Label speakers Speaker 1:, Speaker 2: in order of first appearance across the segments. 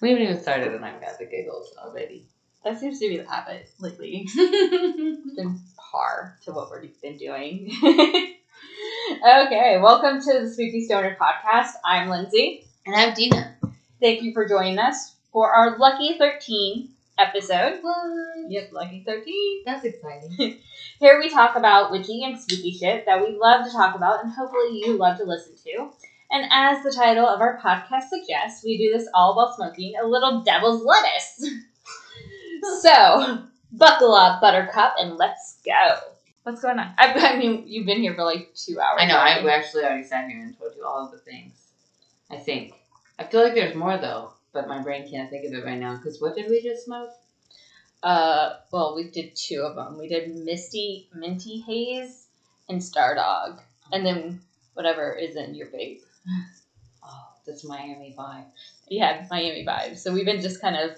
Speaker 1: We haven't even started, and I've got the giggles already.
Speaker 2: That seems to be the habit lately. It's been par to what we've been doing. okay, welcome to the Spooky Stoner podcast. I'm Lindsay.
Speaker 1: and I'm Dina.
Speaker 2: Thank you for joining us for our Lucky 13 episode. Yep, Lucky 13.
Speaker 1: That's exciting.
Speaker 2: Here we talk about witchy and spooky shit that we love to talk about and hopefully you love to listen to. And as the title of our podcast suggests, we do this all while smoking a little devil's lettuce. so, buckle up, Buttercup, and let's go. What's going on? I, I mean, you've been here for like two hours.
Speaker 1: I know. I
Speaker 2: already.
Speaker 1: actually already sat here and told you all of the things. I think. I feel like there's more though, but my brain can't think of it right now. Because what did we just smoke?
Speaker 2: Uh, well, we did two of them. We did Misty, Minty Haze, and Stardog, and then whatever is in your vape.
Speaker 1: Oh, this Miami vibe.
Speaker 2: Yeah, Miami vibes. So we've been just kind of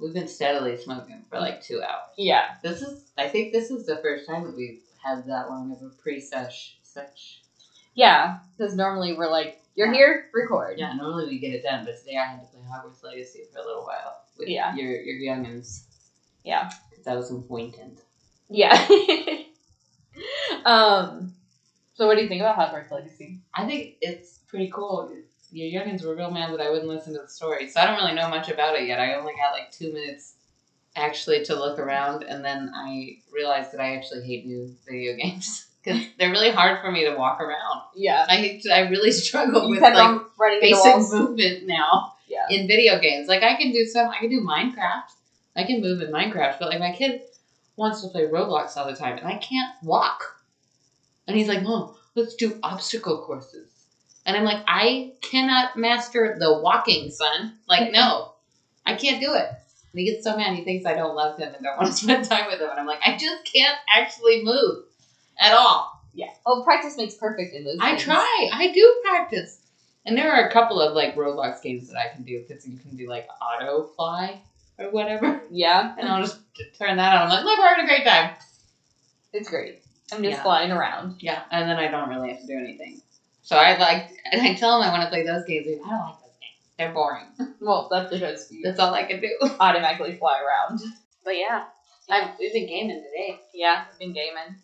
Speaker 1: We've been steadily smoking for like two hours.
Speaker 2: yeah.
Speaker 1: This is. I think this is the first time that we've had that long of a pre-sesh. Sesh.
Speaker 2: Yeah, because normally we're like, you're
Speaker 1: Yeah.
Speaker 2: here, record.
Speaker 1: Yeah, normally we get it done, but today I had to play Hogwarts Legacy for a little while with
Speaker 2: Yeah.
Speaker 1: your your youngins.
Speaker 2: Yeah.
Speaker 1: Because I was important.
Speaker 2: Yeah. um so what do you think about Hogwarts Legacy?
Speaker 1: I think it's pretty cool. Your youngins were real mad that I wouldn't listen to the story, so I don't really know much about it yet. I only got like two minutes actually to look around, and then I realized that I actually hate new video games because they're really hard for me to walk around.
Speaker 2: Yeah.
Speaker 1: I hate to- I really struggle
Speaker 2: You
Speaker 1: with
Speaker 2: kept
Speaker 1: like
Speaker 2: on running into
Speaker 1: basic
Speaker 2: walls.
Speaker 1: movement now
Speaker 2: Yeah.
Speaker 1: in video games. Like I can do some, I can do Minecraft. I can move in Minecraft, but like my kid wants to play Roblox all the time, and I can't walk. And he's like, "Mom, let's do obstacle courses." And I'm like, "I cannot master the walking, son. Like, no, I can't do it." And he gets so mad. He thinks I don't love him and don't want to spend time with him. And I'm like, I just can't actually move at all.
Speaker 2: Yeah. Oh, practice makes perfect in those.
Speaker 1: I
Speaker 2: things.
Speaker 1: try. I do practice. And there are a couple of like Roblox games that I can do because you can do like auto fly or whatever.
Speaker 2: Yeah.
Speaker 1: And I'll just t- turn that on. I'm like, look, we're having a great time.
Speaker 2: It's great. I'm just
Speaker 1: Yeah.
Speaker 2: flying around.
Speaker 1: Yeah. And then I don't really have to do anything. So I like, and I tell them I want to play those games. Like, I don't like those games. They're boring.
Speaker 2: Well, that's because you
Speaker 1: That's all I can do.
Speaker 2: automatically fly around. But yeah.
Speaker 1: I've, we've been gaming today.
Speaker 2: Yeah, I've been gaming.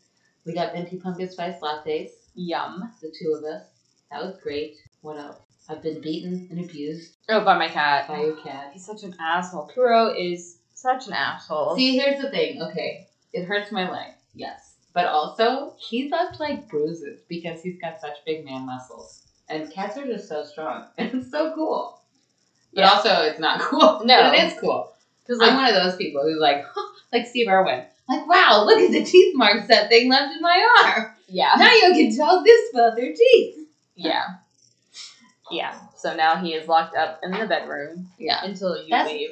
Speaker 1: We got venti pumpkin spice lattes,
Speaker 2: Yum.
Speaker 1: the two of us. That was great. What else? I've been beaten and abused
Speaker 2: Oh, by my cat.
Speaker 1: by your cat.
Speaker 2: He's such an asshole. Kuro is such an asshole.
Speaker 1: See, here's the thing. Okay, it hurts my leg. Yes, but also he left like bruises because he's got such big man muscles, and cats are just so strong. And it's so cool. But
Speaker 2: Yeah.
Speaker 1: also, it's not cool.
Speaker 2: No.
Speaker 1: but it is cool.
Speaker 2: 'Cause,
Speaker 1: I'm
Speaker 2: like,
Speaker 1: one of those people who's like, like Steve Irwin. Like, wow, look at the teeth marks that thing left in my arm.
Speaker 2: yeah.
Speaker 1: Now you can tell this about their teeth.
Speaker 2: Yeah. Yeah. So now he is locked up in the bedroom
Speaker 1: Yeah.
Speaker 2: until you
Speaker 1: That's
Speaker 2: leave.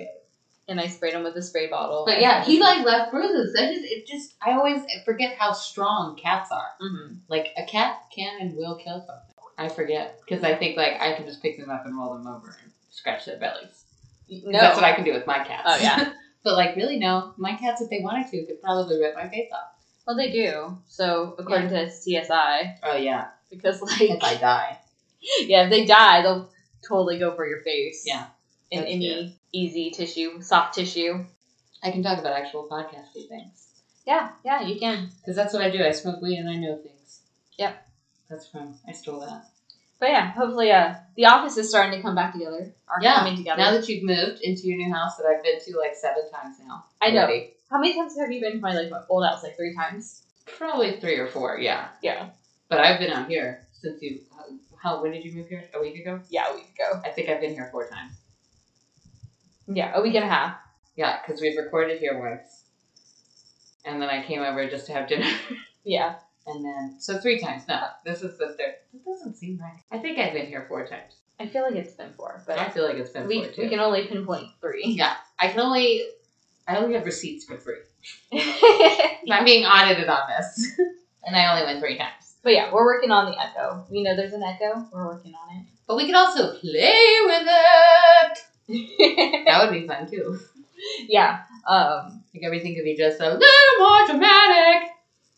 Speaker 2: And I sprayed him with a spray bottle.
Speaker 1: But yeah, he like left bruises. That just it just I always forget how strong cats are.
Speaker 2: hmm
Speaker 1: Like a cat can and will kill something. I forget because I think like I can just pick them up and roll them over and scratch their bellies.
Speaker 2: No.
Speaker 1: That's what I can do with my cats.
Speaker 2: Oh, yeah.
Speaker 1: but like really, no, my cats if they wanted to could probably rip my face off.
Speaker 2: well, they do. So according to CSI,
Speaker 1: Oh yeah,
Speaker 2: because like
Speaker 1: if I die.
Speaker 2: yeah, if they die, they'll totally go for your face.
Speaker 1: Yeah,
Speaker 2: In
Speaker 1: that's
Speaker 2: any easy tissue, soft tissue.
Speaker 1: I can talk about actual podcasty things
Speaker 2: Yeah. Yeah, you can.
Speaker 1: because that's what I do. I smoke weed and I know things.
Speaker 2: Yep.
Speaker 1: That's from I stole that.
Speaker 2: But yeah, hopefully, uh, the office is starting to come back together. Are
Speaker 1: Yeah.
Speaker 2: coming together.
Speaker 1: Now that you've moved into your new house that I've been to like seven times now.
Speaker 2: I know.
Speaker 1: already.
Speaker 2: How many times have you been to my like my old house? Like three times.
Speaker 1: Probably three or four. Yeah.
Speaker 2: Yeah.
Speaker 1: But I've been out here since you. How? When did you move here? A week ago.
Speaker 2: Yeah, a week ago.
Speaker 1: I think I've been here four times.
Speaker 2: Yeah, a week and a half.
Speaker 1: Yeah, because we've recorded here once. And then I came over just to have dinner.
Speaker 2: Yeah.
Speaker 1: And then, so three times. No, this is the third. It doesn't seem right. I think I've been here four times.
Speaker 2: I feel like it's been four,
Speaker 1: But I
Speaker 2: but
Speaker 1: feel like it's been
Speaker 2: we,
Speaker 1: four too.
Speaker 2: we can only pinpoint three.
Speaker 1: yeah, I can only, I only have receipts for three.
Speaker 2: but
Speaker 1: I'm being audited on this. and I only went three times.
Speaker 2: yeah, we're working on the echo. We know there's an echo. We're working on
Speaker 1: But we can also play with it.
Speaker 2: it.
Speaker 1: That would be fun too.
Speaker 2: yeah. Um,
Speaker 1: Like everything could be just a little more dramatic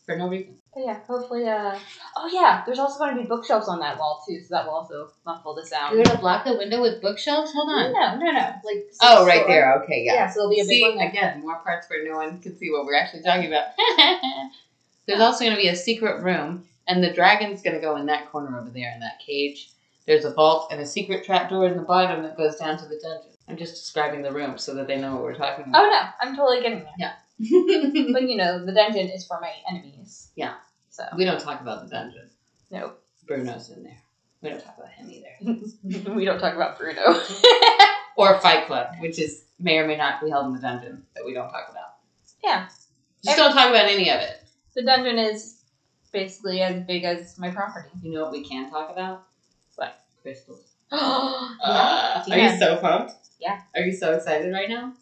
Speaker 1: for no reason.
Speaker 2: But yeah, hopefully. Uh, oh yeah, there's also going to be bookshelves on that wall too, so that will also muffle the sound.
Speaker 1: You're gonna block the window with bookshelves? Hold
Speaker 2: No,
Speaker 1: on.
Speaker 2: no, no. Like
Speaker 1: Oh, right
Speaker 2: so-
Speaker 1: there. Okay,
Speaker 2: Yeah.
Speaker 1: yeah.
Speaker 2: so it'll be a big
Speaker 1: See,
Speaker 2: one. there.
Speaker 1: again, more parts where no one can see what we're actually talking about. There's also gonna be a secret room, and the dragon's gonna go in that corner over there in that cage. There's a vault and a secret trapdoor in the bottom that goes down to the dungeon. I'm just describing the room so that they know what we're talking about.
Speaker 2: Oh no, I'm totally getting there.
Speaker 1: Oh.
Speaker 2: But you know, the dungeon is for my enemies.
Speaker 1: Yeah.
Speaker 2: So
Speaker 1: we don't talk about the dungeon.
Speaker 2: no,
Speaker 1: Bruno's in there. We don't talk about him either.
Speaker 2: we don't talk about Bruno.
Speaker 1: Or Fight Club, which is may or may not be held in the dungeon that we don't talk about.
Speaker 2: yeah,
Speaker 1: Just don't talk about any of it.
Speaker 2: the dungeon is basically as big as my property.
Speaker 1: You know what we can talk about?
Speaker 2: What?
Speaker 1: Crystals.
Speaker 2: yeah.
Speaker 1: Ah,
Speaker 2: Yeah.
Speaker 1: are you so pumped?
Speaker 2: Yeah.
Speaker 1: Are you so excited right now?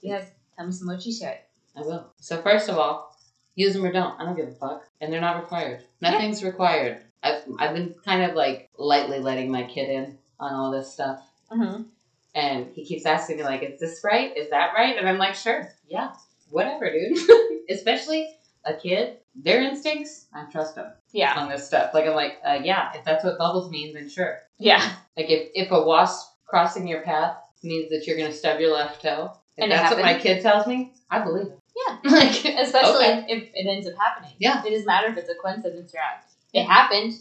Speaker 2: Yes. Tell me some mochi shit.
Speaker 1: I will. So first of all, use them or don't. I don't give a fuck. And they're not required. Nothing's required. I've, I've been kind of like lightly letting my kid in on all this stuff.
Speaker 2: Mm-hmm.
Speaker 1: And he keeps asking me, like, is this right? Is that right? And I'm like, sure. Yeah. Whatever, dude. Especially a kid, their instincts, I trust them
Speaker 2: Yeah.
Speaker 1: on this stuff. Like, I'm like, uh, yeah, if that's what bubbles mean, then sure.
Speaker 2: Yeah.
Speaker 1: Like, if, if a wasp crossing your path means that you're going to stub your left toe, if
Speaker 2: And it
Speaker 1: that's what my
Speaker 2: happened.
Speaker 1: kid tells me, I believe it.
Speaker 2: Yeah.
Speaker 1: like,
Speaker 2: Especially
Speaker 1: Okay.
Speaker 2: if it ends up happening.
Speaker 1: Yeah.
Speaker 2: It doesn't matter if it's a coincidence or not. It happened.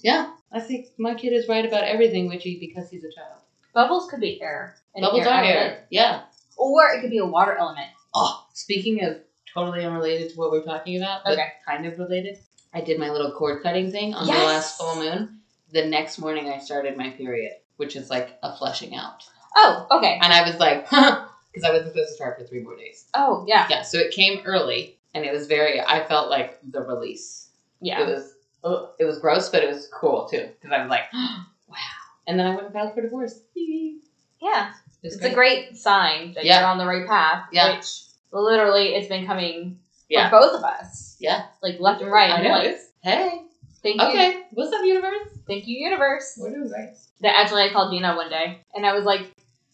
Speaker 1: I think my kid is right about everything, Witchy, because he's a child.
Speaker 2: Bubbles could be air. An
Speaker 1: Bubbles are
Speaker 2: element.
Speaker 1: air. Yeah.
Speaker 2: Or it could be a water element.
Speaker 1: Oh, speaking of totally unrelated to what we're talking about, but
Speaker 2: Okay.
Speaker 1: kind of related, I did my little cord cutting thing on the
Speaker 2: Yes!
Speaker 1: last full moon. The next morning, I started my period, which is like a flushing out.
Speaker 2: Oh, okay.
Speaker 1: And I was like, because I wasn't supposed to start for three more days.
Speaker 2: Oh, yeah.
Speaker 1: Yeah, so it came early, and it was very, I felt like the release. It
Speaker 2: Yeah.
Speaker 1: was, ugh, it was gross, but it was cool too, because I was like, wow. And then I went and filed for divorce. It
Speaker 2: Yeah.
Speaker 1: was
Speaker 2: It's, a great sign that
Speaker 1: Yeah.
Speaker 2: you're on the right path,
Speaker 1: Yeah.
Speaker 2: which literally it's been coming
Speaker 1: Yeah.
Speaker 2: for both of us.
Speaker 1: Yeah.
Speaker 2: Like left and right.
Speaker 1: I know.
Speaker 2: Like,
Speaker 1: It's, hey.
Speaker 2: thank you.
Speaker 1: Okay. What's up, universe?
Speaker 2: Thank you, universe.
Speaker 1: We're doing great.
Speaker 2: that actually I called Gina one day, and I was like,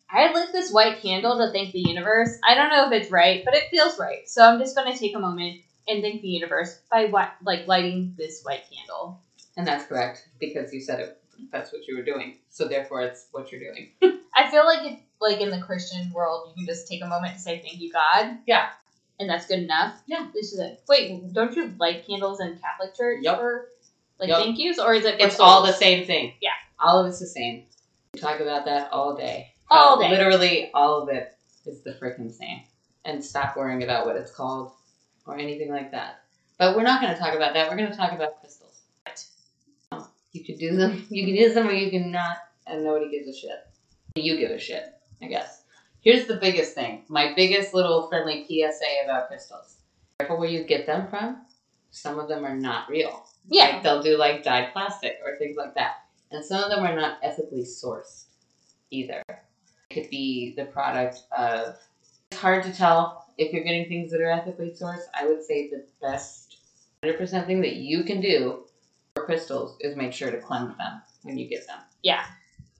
Speaker 2: I lit this white candle to thank the universe. I don't know if it's right, but it feels right. So I'm just gonna take a moment and thank the universe by what, like lighting this white candle.
Speaker 1: And that's correct because you said it. That's what you were doing. So therefore, it's what you're doing.
Speaker 2: I feel like if, like in the Christian world, you can just take a moment to say thank you, God.
Speaker 1: Yeah.
Speaker 2: And that's good enough.
Speaker 1: Yeah.
Speaker 2: This is it. Wait, don't you light candles in Catholic Church
Speaker 1: Yup.
Speaker 2: for like
Speaker 1: Yup.
Speaker 2: thank yous, or is it? for
Speaker 1: It's all the
Speaker 2: souls?
Speaker 1: same thing.
Speaker 2: Yeah.
Speaker 1: All of it's the same. We talk about that all day.
Speaker 2: All
Speaker 1: How
Speaker 2: day.
Speaker 1: Literally, all of it is the freaking same. And stop worrying about what it's called or anything like that. But we're not going to talk about that. We're going to talk about crystals. Oh, You could do them. You can use them or you can not. And nobody gives a shit. You give a shit, I guess. Here's the biggest thing. My biggest little friendly PSA about crystals. Careful where you get them from. Some of them are not real.
Speaker 2: Yeah.
Speaker 1: Like they'll do like dyed plastic or things like that. And some of them are not ethically sourced either. It could be the product of it's hard to tell if you're getting things that are ethically sourced. I would say the best 100% thing that you can do for crystals is make sure to cleanse them when you get them.
Speaker 2: Yeah.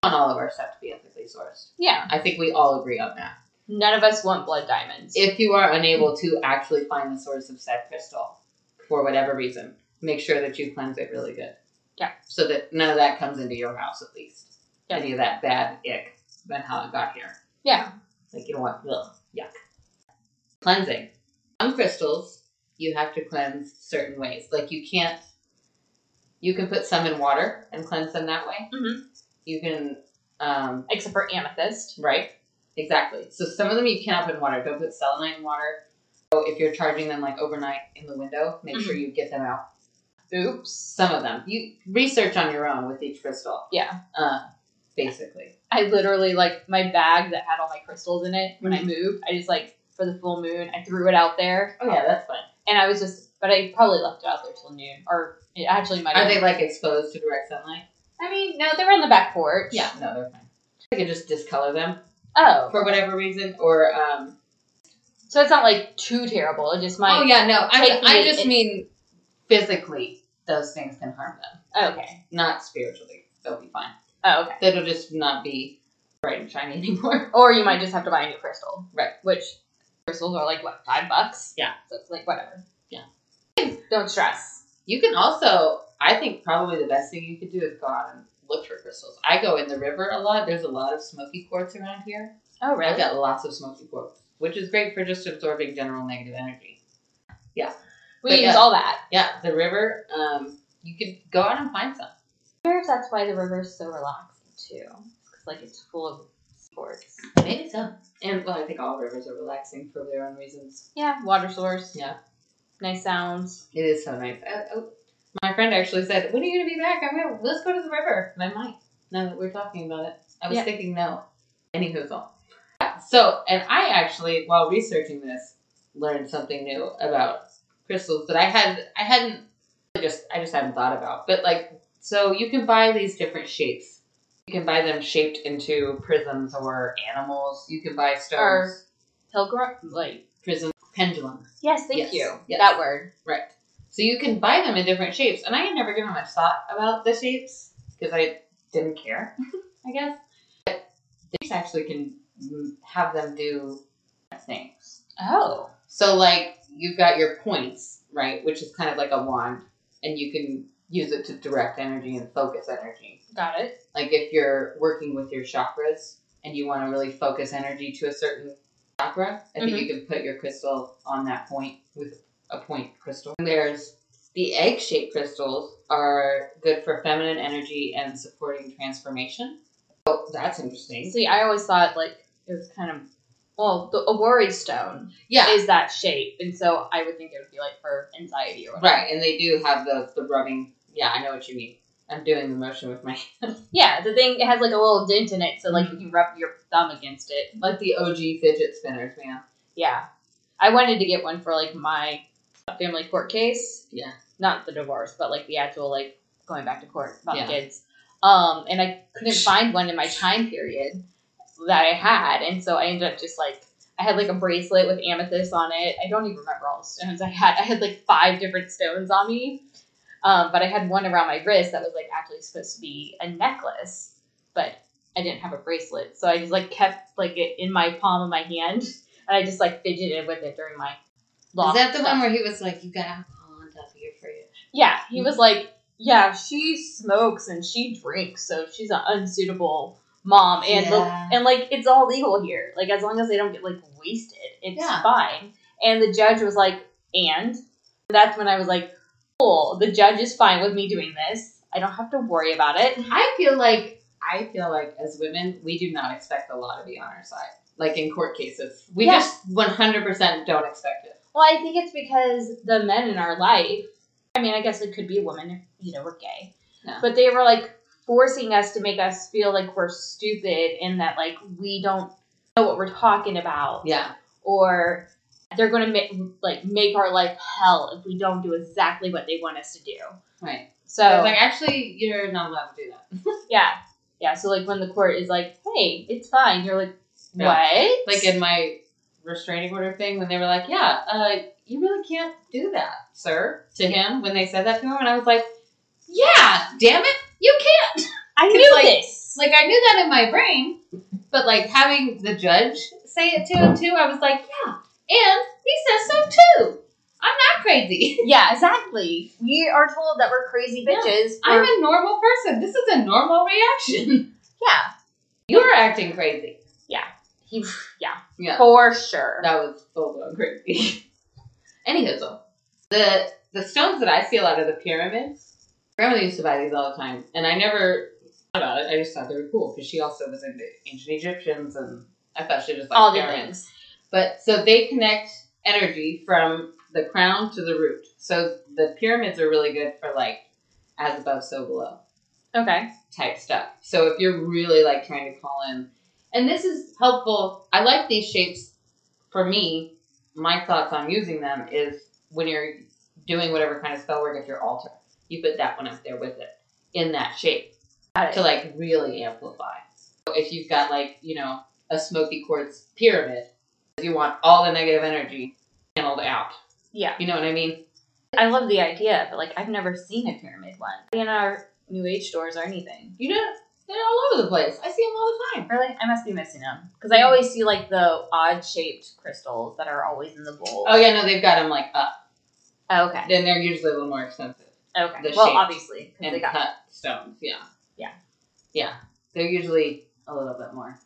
Speaker 1: We want all of our stuff to be ethically sourced.
Speaker 2: Yeah.
Speaker 1: I think we all agree on that.
Speaker 2: None of us want blood diamonds.
Speaker 1: If you are unable to actually find the source of said crystal for whatever reason, make sure that you cleanse it really good.
Speaker 2: Yeah.
Speaker 1: So that none of that comes into your house, at least.
Speaker 2: Yeah.
Speaker 1: Any of that bad ick about how it got here.
Speaker 2: yeah.
Speaker 1: Like you don't want, ugh, yuck. Cleansing. Some crystals you have to cleanse certain ways. Like you can't. You can put some in water and cleanse them that way.
Speaker 2: Mhm.
Speaker 1: You can um,
Speaker 2: Except for amethyst.
Speaker 1: Right. Exactly. So some of them you can't put in water. Don't put selenite in water. So if you're charging them like overnight in the window, make sure you get them out.
Speaker 2: Oops.
Speaker 1: Some of them you research on your own with each crystal.
Speaker 2: Yeah.
Speaker 1: Uh, basically.
Speaker 2: I literally like my bag that had all my crystals in it when I moved. I just like for the full moon, I threw it out there,
Speaker 1: Mm-hmm. Oh yeah, that's fun.
Speaker 2: and I was just, but I probably left it out there till noon, or it actually might.
Speaker 1: Are
Speaker 2: have
Speaker 1: they like exposed to direct sunlight?
Speaker 2: I mean, no, they were on the back porch.
Speaker 1: Yeah. No, they're fine. I could just discolor them
Speaker 2: Oh,
Speaker 1: for whatever reason, or um.
Speaker 2: so it's not like too terrible. It just might.
Speaker 1: oh yeah, no. I
Speaker 2: Take
Speaker 1: I
Speaker 2: me-
Speaker 1: just mean physically those things can harm them,
Speaker 2: Oh, okay.
Speaker 1: not spiritually. They'll be fine.
Speaker 2: Oh, okay.
Speaker 1: That'll just not be bright and shiny anymore.
Speaker 2: Or you might just have to buy a new crystal.
Speaker 1: Right.
Speaker 2: Which crystals are like what five bucks.
Speaker 1: Yeah.
Speaker 2: So it's like whatever.
Speaker 1: Yeah.
Speaker 2: Don't stress.
Speaker 1: You can also, I think, probably the best thing you could do is go out and look for crystals. I go in the river a lot. There's a lot of smoky quartz around here.
Speaker 2: Oh,
Speaker 1: I've
Speaker 2: really?
Speaker 1: got lots of smoky quartz, which is great for just absorbing general negative energy.
Speaker 2: We
Speaker 1: But
Speaker 2: use
Speaker 1: yeah.
Speaker 2: all that.
Speaker 1: Yeah, the river. Um, you could go out and find some.
Speaker 2: I wonder if that's why the river's so relaxing too. Because like it's full of sports.
Speaker 1: Maybe so. And well, I think all rivers are relaxing for their own reasons.
Speaker 2: Yeah, water source.
Speaker 1: Yeah.
Speaker 2: Nice sounds.
Speaker 1: It is so nice. Uh, uh, my friend actually said, "When are you gonna be back? I'm gonna let's go to the river." And I might. Now that we're talking about it, I was
Speaker 2: Yeah.
Speaker 1: thinking no. Any hoozle. So, and I actually, while researching this, learned something new about crystals that I had I hadn't I just I just hadn't thought about. But like, so you can buy these different shapes. You can buy them shaped into prisms or animals. You can buy stones,
Speaker 2: Or- Pilgrim, like
Speaker 1: prism, pendulum.
Speaker 2: yes, thank
Speaker 1: Yes,
Speaker 2: you.
Speaker 1: yes.
Speaker 2: That word.
Speaker 1: Right. So you can buy them in different shapes, and I had never given much thought about the shapes because I didn't care, I guess. But these actually can mm, have them do things.
Speaker 2: Oh,
Speaker 1: So like you've got your points, right, which is kind of like a wand, and you can use it to direct energy and focus energy.
Speaker 2: got it.
Speaker 1: Like if you're working with your chakras and you want to really focus energy to a certain chakra, I
Speaker 2: Mm-hmm.
Speaker 1: think you can put your crystal on that point with a point crystal. And there's the egg-shaped crystals are good for feminine energy and supporting transformation. Oh, that's interesting.
Speaker 2: See, I always thought like it was kind of well, the, a worry stone
Speaker 1: Yeah,
Speaker 2: is that shape, and so I would think it would be like for anxiety or whatever.
Speaker 1: right. And they do have the the rubbing. Yeah, I know what you mean. I'm doing the motion with my
Speaker 2: Yeah, the thing it has like a little dent in it, so like you can rub your thumb against it.
Speaker 1: like the OG fidget spinners, man.
Speaker 2: Yeah, I wanted to get one for like my family court case.
Speaker 1: Yeah.
Speaker 2: not the divorce, but like the actual like going back to court about
Speaker 1: Yeah.
Speaker 2: the kids. Um, and I couldn't find one in my time period that I had, and so I ended up just like I had like a bracelet with amethyst on it. I don't even remember all the stones I had. I had like five different stones on me, um, but I had one around my wrist that was like actually supposed to be a necklace, but I didn't have a bracelet, so I just like kept like it in my palm of my hand, and I just like fidgeted with it during my.
Speaker 1: Is
Speaker 2: long
Speaker 1: that the
Speaker 2: stuff.
Speaker 1: one where he was like, "You got alcohol on top of your fridge"?
Speaker 2: Yeah, he was like, yeah, she smokes and she drinks, so she's an unsuitable mom, and look-
Speaker 1: Yeah.
Speaker 2: and like it's all legal here. Like as long as they don't get like wasted, it's
Speaker 1: Yeah.
Speaker 2: fine. And the judge was like, and that's when I was like, cool. The judge is fine with me doing this. I don't have to worry about it.
Speaker 1: I feel like I feel like as women, we do not expect the law to be on our side. Like in court cases, we
Speaker 2: Yeah.
Speaker 1: just one hundred percent don't expect it.
Speaker 2: Well, I think it's because the men in our life, I mean, I guess it could be women if, you know, we're gay,
Speaker 1: Yeah.
Speaker 2: but they were like forcing us to make us feel like we're stupid and that like we don't know what we're talking about
Speaker 1: Yeah,
Speaker 2: or they're going to make like make our life hell if we don't do exactly what they want us to do.
Speaker 1: right.
Speaker 2: So,
Speaker 1: So like, actually, you're not allowed to do that.
Speaker 2: yeah. Yeah, so like when the court is like, "Hey, it's fine." You're like,
Speaker 1: No.
Speaker 2: "What?"
Speaker 1: Like in my restraining order thing, when they were like, "Yeah, uh, you really can't do that, sir," to him when they said that to him, and I was like, "Yeah, damn it, you can't."
Speaker 2: I
Speaker 1: it's
Speaker 2: knew
Speaker 1: like-
Speaker 2: this.
Speaker 1: Like I knew that in my brain, but like having the judge say it to him too, I was like, "Yeah," and he says so too. I'm not crazy.
Speaker 2: yeah, exactly. We are told that we're crazy
Speaker 1: Yeah.
Speaker 2: bitches.
Speaker 1: I'm
Speaker 2: for-
Speaker 1: a normal person. This is a normal reaction.
Speaker 2: yeah.
Speaker 1: You're acting crazy.
Speaker 2: He, yeah,
Speaker 1: Yeah,
Speaker 2: for sure.
Speaker 1: that was full blown crazy. Anywho, though, the the stones that I steal out of the pyramids, grandma used to buy these all the time, and I never thought about it. I just thought they were cool because she also was into ancient Egyptians, and I thought she just liked
Speaker 2: All the
Speaker 1: pyramids.
Speaker 2: things.
Speaker 1: But so they connect energy from the crown to the root. So the pyramids are really good for like as above, so below.
Speaker 2: Okay.
Speaker 1: type stuff. So if you're really like trying to call in, and this is helpful. I like these shapes. For me, my thoughts on using them is when you're doing whatever kind of spell work at your altar, you put that one up there with it in that shape
Speaker 2: Got
Speaker 1: to
Speaker 2: it.
Speaker 1: like really amplify. So if you've got like you know a smoky quartz pyramid, you want all the negative energy channeled out.
Speaker 2: Yeah.
Speaker 1: You know what I mean?
Speaker 2: I love the idea, but like I've never seen a pyramid one in our New Age stores or anything.
Speaker 1: You know, they're all over the place. I see them all the time.
Speaker 2: Really, I must be missing them because I always see like the odd shaped crystals that are always in the bowl.
Speaker 1: Oh yeah, no, they've got them like up.
Speaker 2: Oh, okay.
Speaker 1: Then they're usually a little more expensive.
Speaker 2: Okay.
Speaker 1: The
Speaker 2: well,
Speaker 1: shapes
Speaker 2: obviously, 'cause
Speaker 1: and
Speaker 2: they got
Speaker 1: cut stones. Yeah.
Speaker 2: Yeah.
Speaker 1: Yeah. They're usually a little bit more.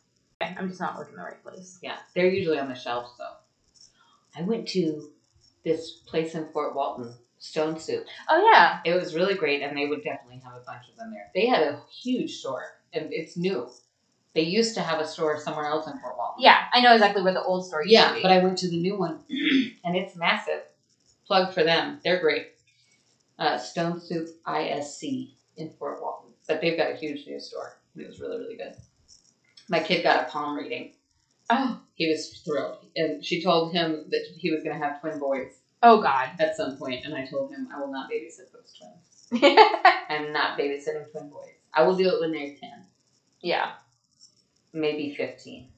Speaker 2: Okay, I'm just not looking the right place.
Speaker 1: Yeah. They're usually on the shelves though. I went to this place in Fort Walton, Stone Soup.
Speaker 2: Oh yeah.
Speaker 1: It was really great, and they would definitely have a bunch of them there. They had a huge store, and it's new. They used to have a store somewhere else in Fort Walton.
Speaker 2: Yeah, I know exactly where the old store used to
Speaker 1: Yeah,
Speaker 2: be.
Speaker 1: but I went to the new one, and it's massive. Plug for them. They're great. Uh, Stone Soup ISC in Fort Walton. But they've got a huge new store. and It was really, really good. My kid got a palm reading.
Speaker 2: oh,
Speaker 1: He was thrilled. And she told him that he was going to have twin boys
Speaker 2: oh god.
Speaker 1: at some point, And I told him, I will not babysit those twins. I'm not babysitting twin boys. I will do it when they're 10,
Speaker 2: yeah.
Speaker 1: maybe 15.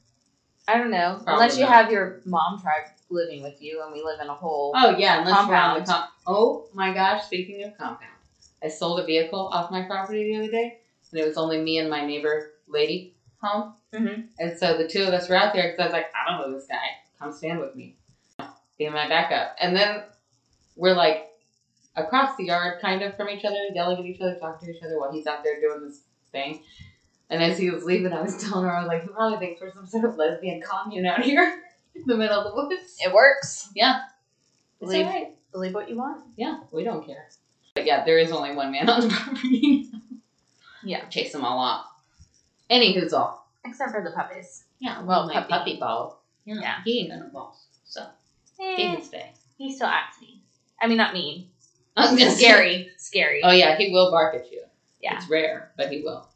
Speaker 2: I don't know.
Speaker 1: Probably
Speaker 2: Unless you
Speaker 1: not.
Speaker 2: have your mom tribe living with you, and we live in a whole.
Speaker 1: Oh yeah, unless we're on
Speaker 2: Compound.
Speaker 1: the comp. Oh my gosh! Speaking of compound, I sold a vehicle off my property the other day, and it was only me and my neighbor lady home.
Speaker 2: Mhm.
Speaker 1: And so the two of us were out there because I was like, I don't know this guy. Come stand with me, be my backup. And then we're like across the yard, kind of from each other, yelling at each other, talking to each other while he's out there doing this thing. And as he was leaving, I was telling her, I was like, he probably thinks we're some sort of lesbian commune out here in the middle of the woods.
Speaker 2: It works.
Speaker 1: It's
Speaker 2: Leave.
Speaker 1: all right.
Speaker 2: Believe what you want.
Speaker 1: Yeah, we don't care. But yeah, there is only one man on the property.
Speaker 2: Yeah.
Speaker 1: Chase them all off. Anywho's all.
Speaker 2: Except for the puppies.
Speaker 1: Yeah,
Speaker 2: well,
Speaker 1: my
Speaker 2: puppy.
Speaker 1: puppy, balls. Yeah,
Speaker 2: Yeah.
Speaker 1: He ain't gonna balls. So
Speaker 2: Eh,
Speaker 1: he can stay.
Speaker 2: he still acts mean. I mean, not mean.
Speaker 1: I'm just
Speaker 2: scary. Scary.
Speaker 1: Oh yeah, he will bark at you.
Speaker 2: Yeah.
Speaker 1: It's rare, but he will.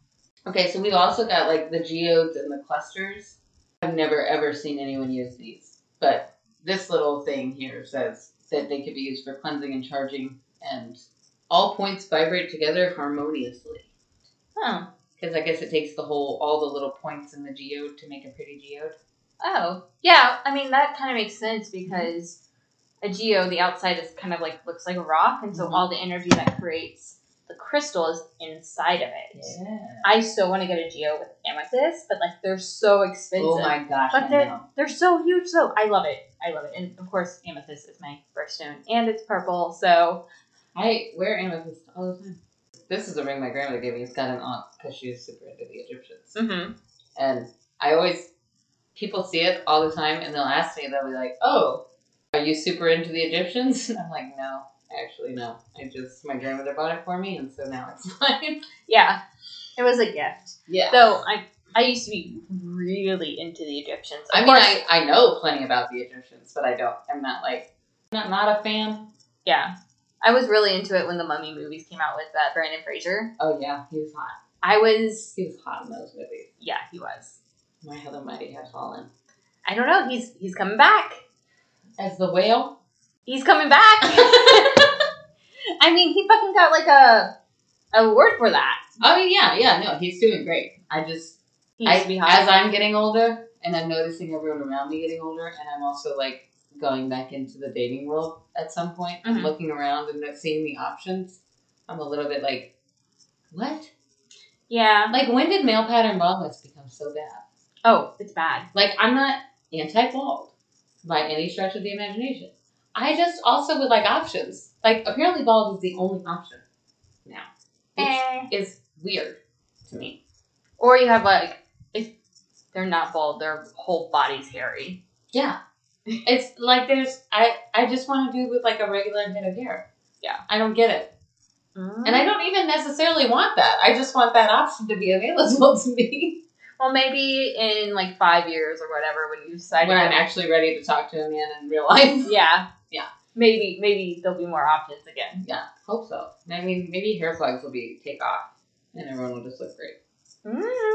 Speaker 1: Okay, so we've also got like the geodes and the clusters. I've never ever seen anyone use these. But this little thing here says that they could be used for cleansing and charging and all points vibrate together harmoniously.
Speaker 2: Huh.
Speaker 1: Because I guess it takes the whole, all the little points in the geode to make a pretty geode.
Speaker 2: Oh. Yeah, I mean, that kind of makes sense because a geo, the outside is kind of like looks like a rock, and so
Speaker 1: Mhm.
Speaker 2: all the energy that creates the crystal is inside of it. I so want to get a geo with amethyst, but like they're so expensive.
Speaker 1: Oh my gosh,
Speaker 2: But
Speaker 1: I
Speaker 2: they're-
Speaker 1: know.
Speaker 2: They're so huge though. I love it. I love it. And of course, amethyst is my birthstone and it's purple. So,
Speaker 1: I wear amethyst all the time. This is a ring my grandmother gave me. It's got an aunt because she was super into the Egyptians.
Speaker 2: mm-hmm.
Speaker 1: And I always, people see it all the time and they'll ask me, they'll be like, oh, are you super into the Egyptians? And I'm like, no, actually, no. I just, my grandmother bought it for me and so now it's mine.
Speaker 2: yeah, it was a gift.
Speaker 1: Yeah.
Speaker 2: Though I I used to be really into the Egyptians. Of
Speaker 1: I mean,
Speaker 2: course-
Speaker 1: I, I know plenty about the Egyptians, but I don't, I'm not like, not, not a fan.
Speaker 2: yeah, I was really into it when the Mummy movies came out with uh, Brandon Fraser.
Speaker 1: Oh yeah, he was hot.
Speaker 2: I was
Speaker 1: He was hot in those movies.
Speaker 2: yeah, he was.
Speaker 1: My Heather Mighty Has Fallen.
Speaker 2: I don't know. He's he's coming back.
Speaker 1: As the whale?
Speaker 2: He's coming back. I mean, he fucking got like a a award for that.
Speaker 1: Oh yeah, yeah, no, he's doing great. I just
Speaker 2: He
Speaker 1: I,
Speaker 2: used to be hot.
Speaker 1: as I'm getting older and I'm noticing everyone around me getting older and I'm also like going back into the dating world at some point and
Speaker 2: Mhm.
Speaker 1: looking around and not seeing the options, I'm a little bit like what?
Speaker 2: yeah.
Speaker 1: Like when did male pattern baldness become so bad?
Speaker 2: Oh, it's bad.
Speaker 1: Like I'm not anti bald by any stretch of the imagination. I just also would like options. Like apparently bald is the only option now. Which
Speaker 2: Eh.
Speaker 1: is weird to me.
Speaker 2: Or you have like if they're not bald, their whole body's hairy.
Speaker 1: Yeah. It's like there's I I just want to do with like a regular head of hair.
Speaker 2: Yeah.
Speaker 1: I don't get it. And I don't even necessarily want that. I just want that option to be available to me.
Speaker 2: well, maybe in like five years or whatever, when you decide,
Speaker 1: when
Speaker 2: to-
Speaker 1: I'm actually ready to talk to a man in real life.
Speaker 2: yeah,
Speaker 1: Yeah.
Speaker 2: maybe maybe there'll be more options again.
Speaker 1: Yeah, hope so. I mean maybe hair plugs will be take off and everyone will just look great.
Speaker 2: Mm,
Speaker 1: I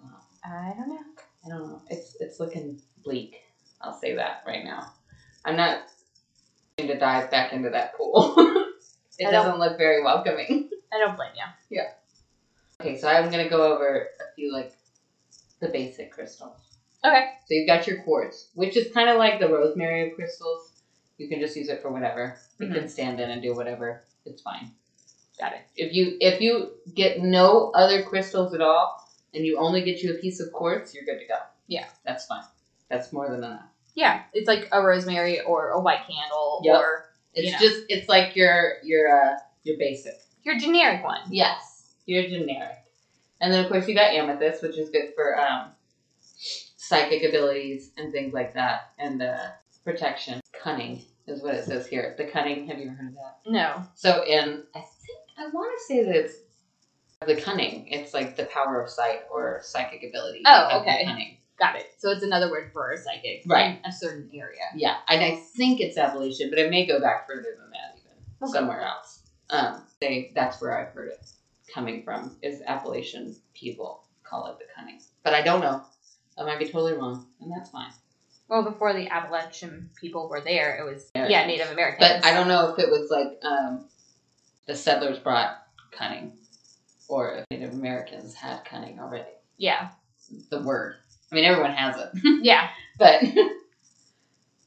Speaker 1: don't know.
Speaker 2: I don't know.
Speaker 1: I don't know. It's it's looking bleak. I'll say that right now. I'm not going to dive back into that pool. it
Speaker 2: I don't-
Speaker 1: doesn't look very welcoming.
Speaker 2: I don't blame you.
Speaker 1: Okay, so I'm gonna go over a few like the basic crystals.
Speaker 2: Okay.
Speaker 1: So you've got your quartz, which is kind of like the rosemary of crystals. You can just use it for whatever. You
Speaker 2: Mm-hmm.
Speaker 1: can stand in and do whatever. It's fine.
Speaker 2: Got it.
Speaker 1: If you if you get no other crystals at all and you only get you a piece of quartz, you're good to go.
Speaker 2: Yeah.
Speaker 1: That's fine. That's more than enough.
Speaker 2: Yeah, it's like a rosemary or a white candle
Speaker 1: Yep.
Speaker 2: or
Speaker 1: It's
Speaker 2: you know.
Speaker 1: just it's like your your uh, You're basic.
Speaker 2: Your generic one.
Speaker 1: Yes, you're generic. And then of course you got amethyst, which is good for um, psychic abilities and things like that, and uh, protection. Cunning is what it says here. The cunning. Have you ever heard of that?
Speaker 2: No.
Speaker 1: So in I think I want to say that it's the cunning. It's like the power of sight or psychic ability.
Speaker 2: Oh,
Speaker 1: of the
Speaker 2: okay.
Speaker 1: Cunning.
Speaker 2: Got it. So it's another word for a psychic.
Speaker 1: Right.
Speaker 2: In a certain area.
Speaker 1: Yeah, and I think it's Appalachian, but it may go back further than that, even
Speaker 2: Okay.
Speaker 1: somewhere else. Um, they that's where I've heard it coming from is Appalachian people call it the cunning, but I don't know. I might be totally wrong, and that's fine.
Speaker 2: Well, before the Appalachian people were there, it was
Speaker 1: There it
Speaker 2: yeah
Speaker 1: is.
Speaker 2: Native Americans.
Speaker 1: But I don't know if it was like um, the settlers brought cunning, or if Native Americans had cunning already.
Speaker 2: Yeah.
Speaker 1: The word. I mean, everyone has it.
Speaker 2: Yeah.
Speaker 1: but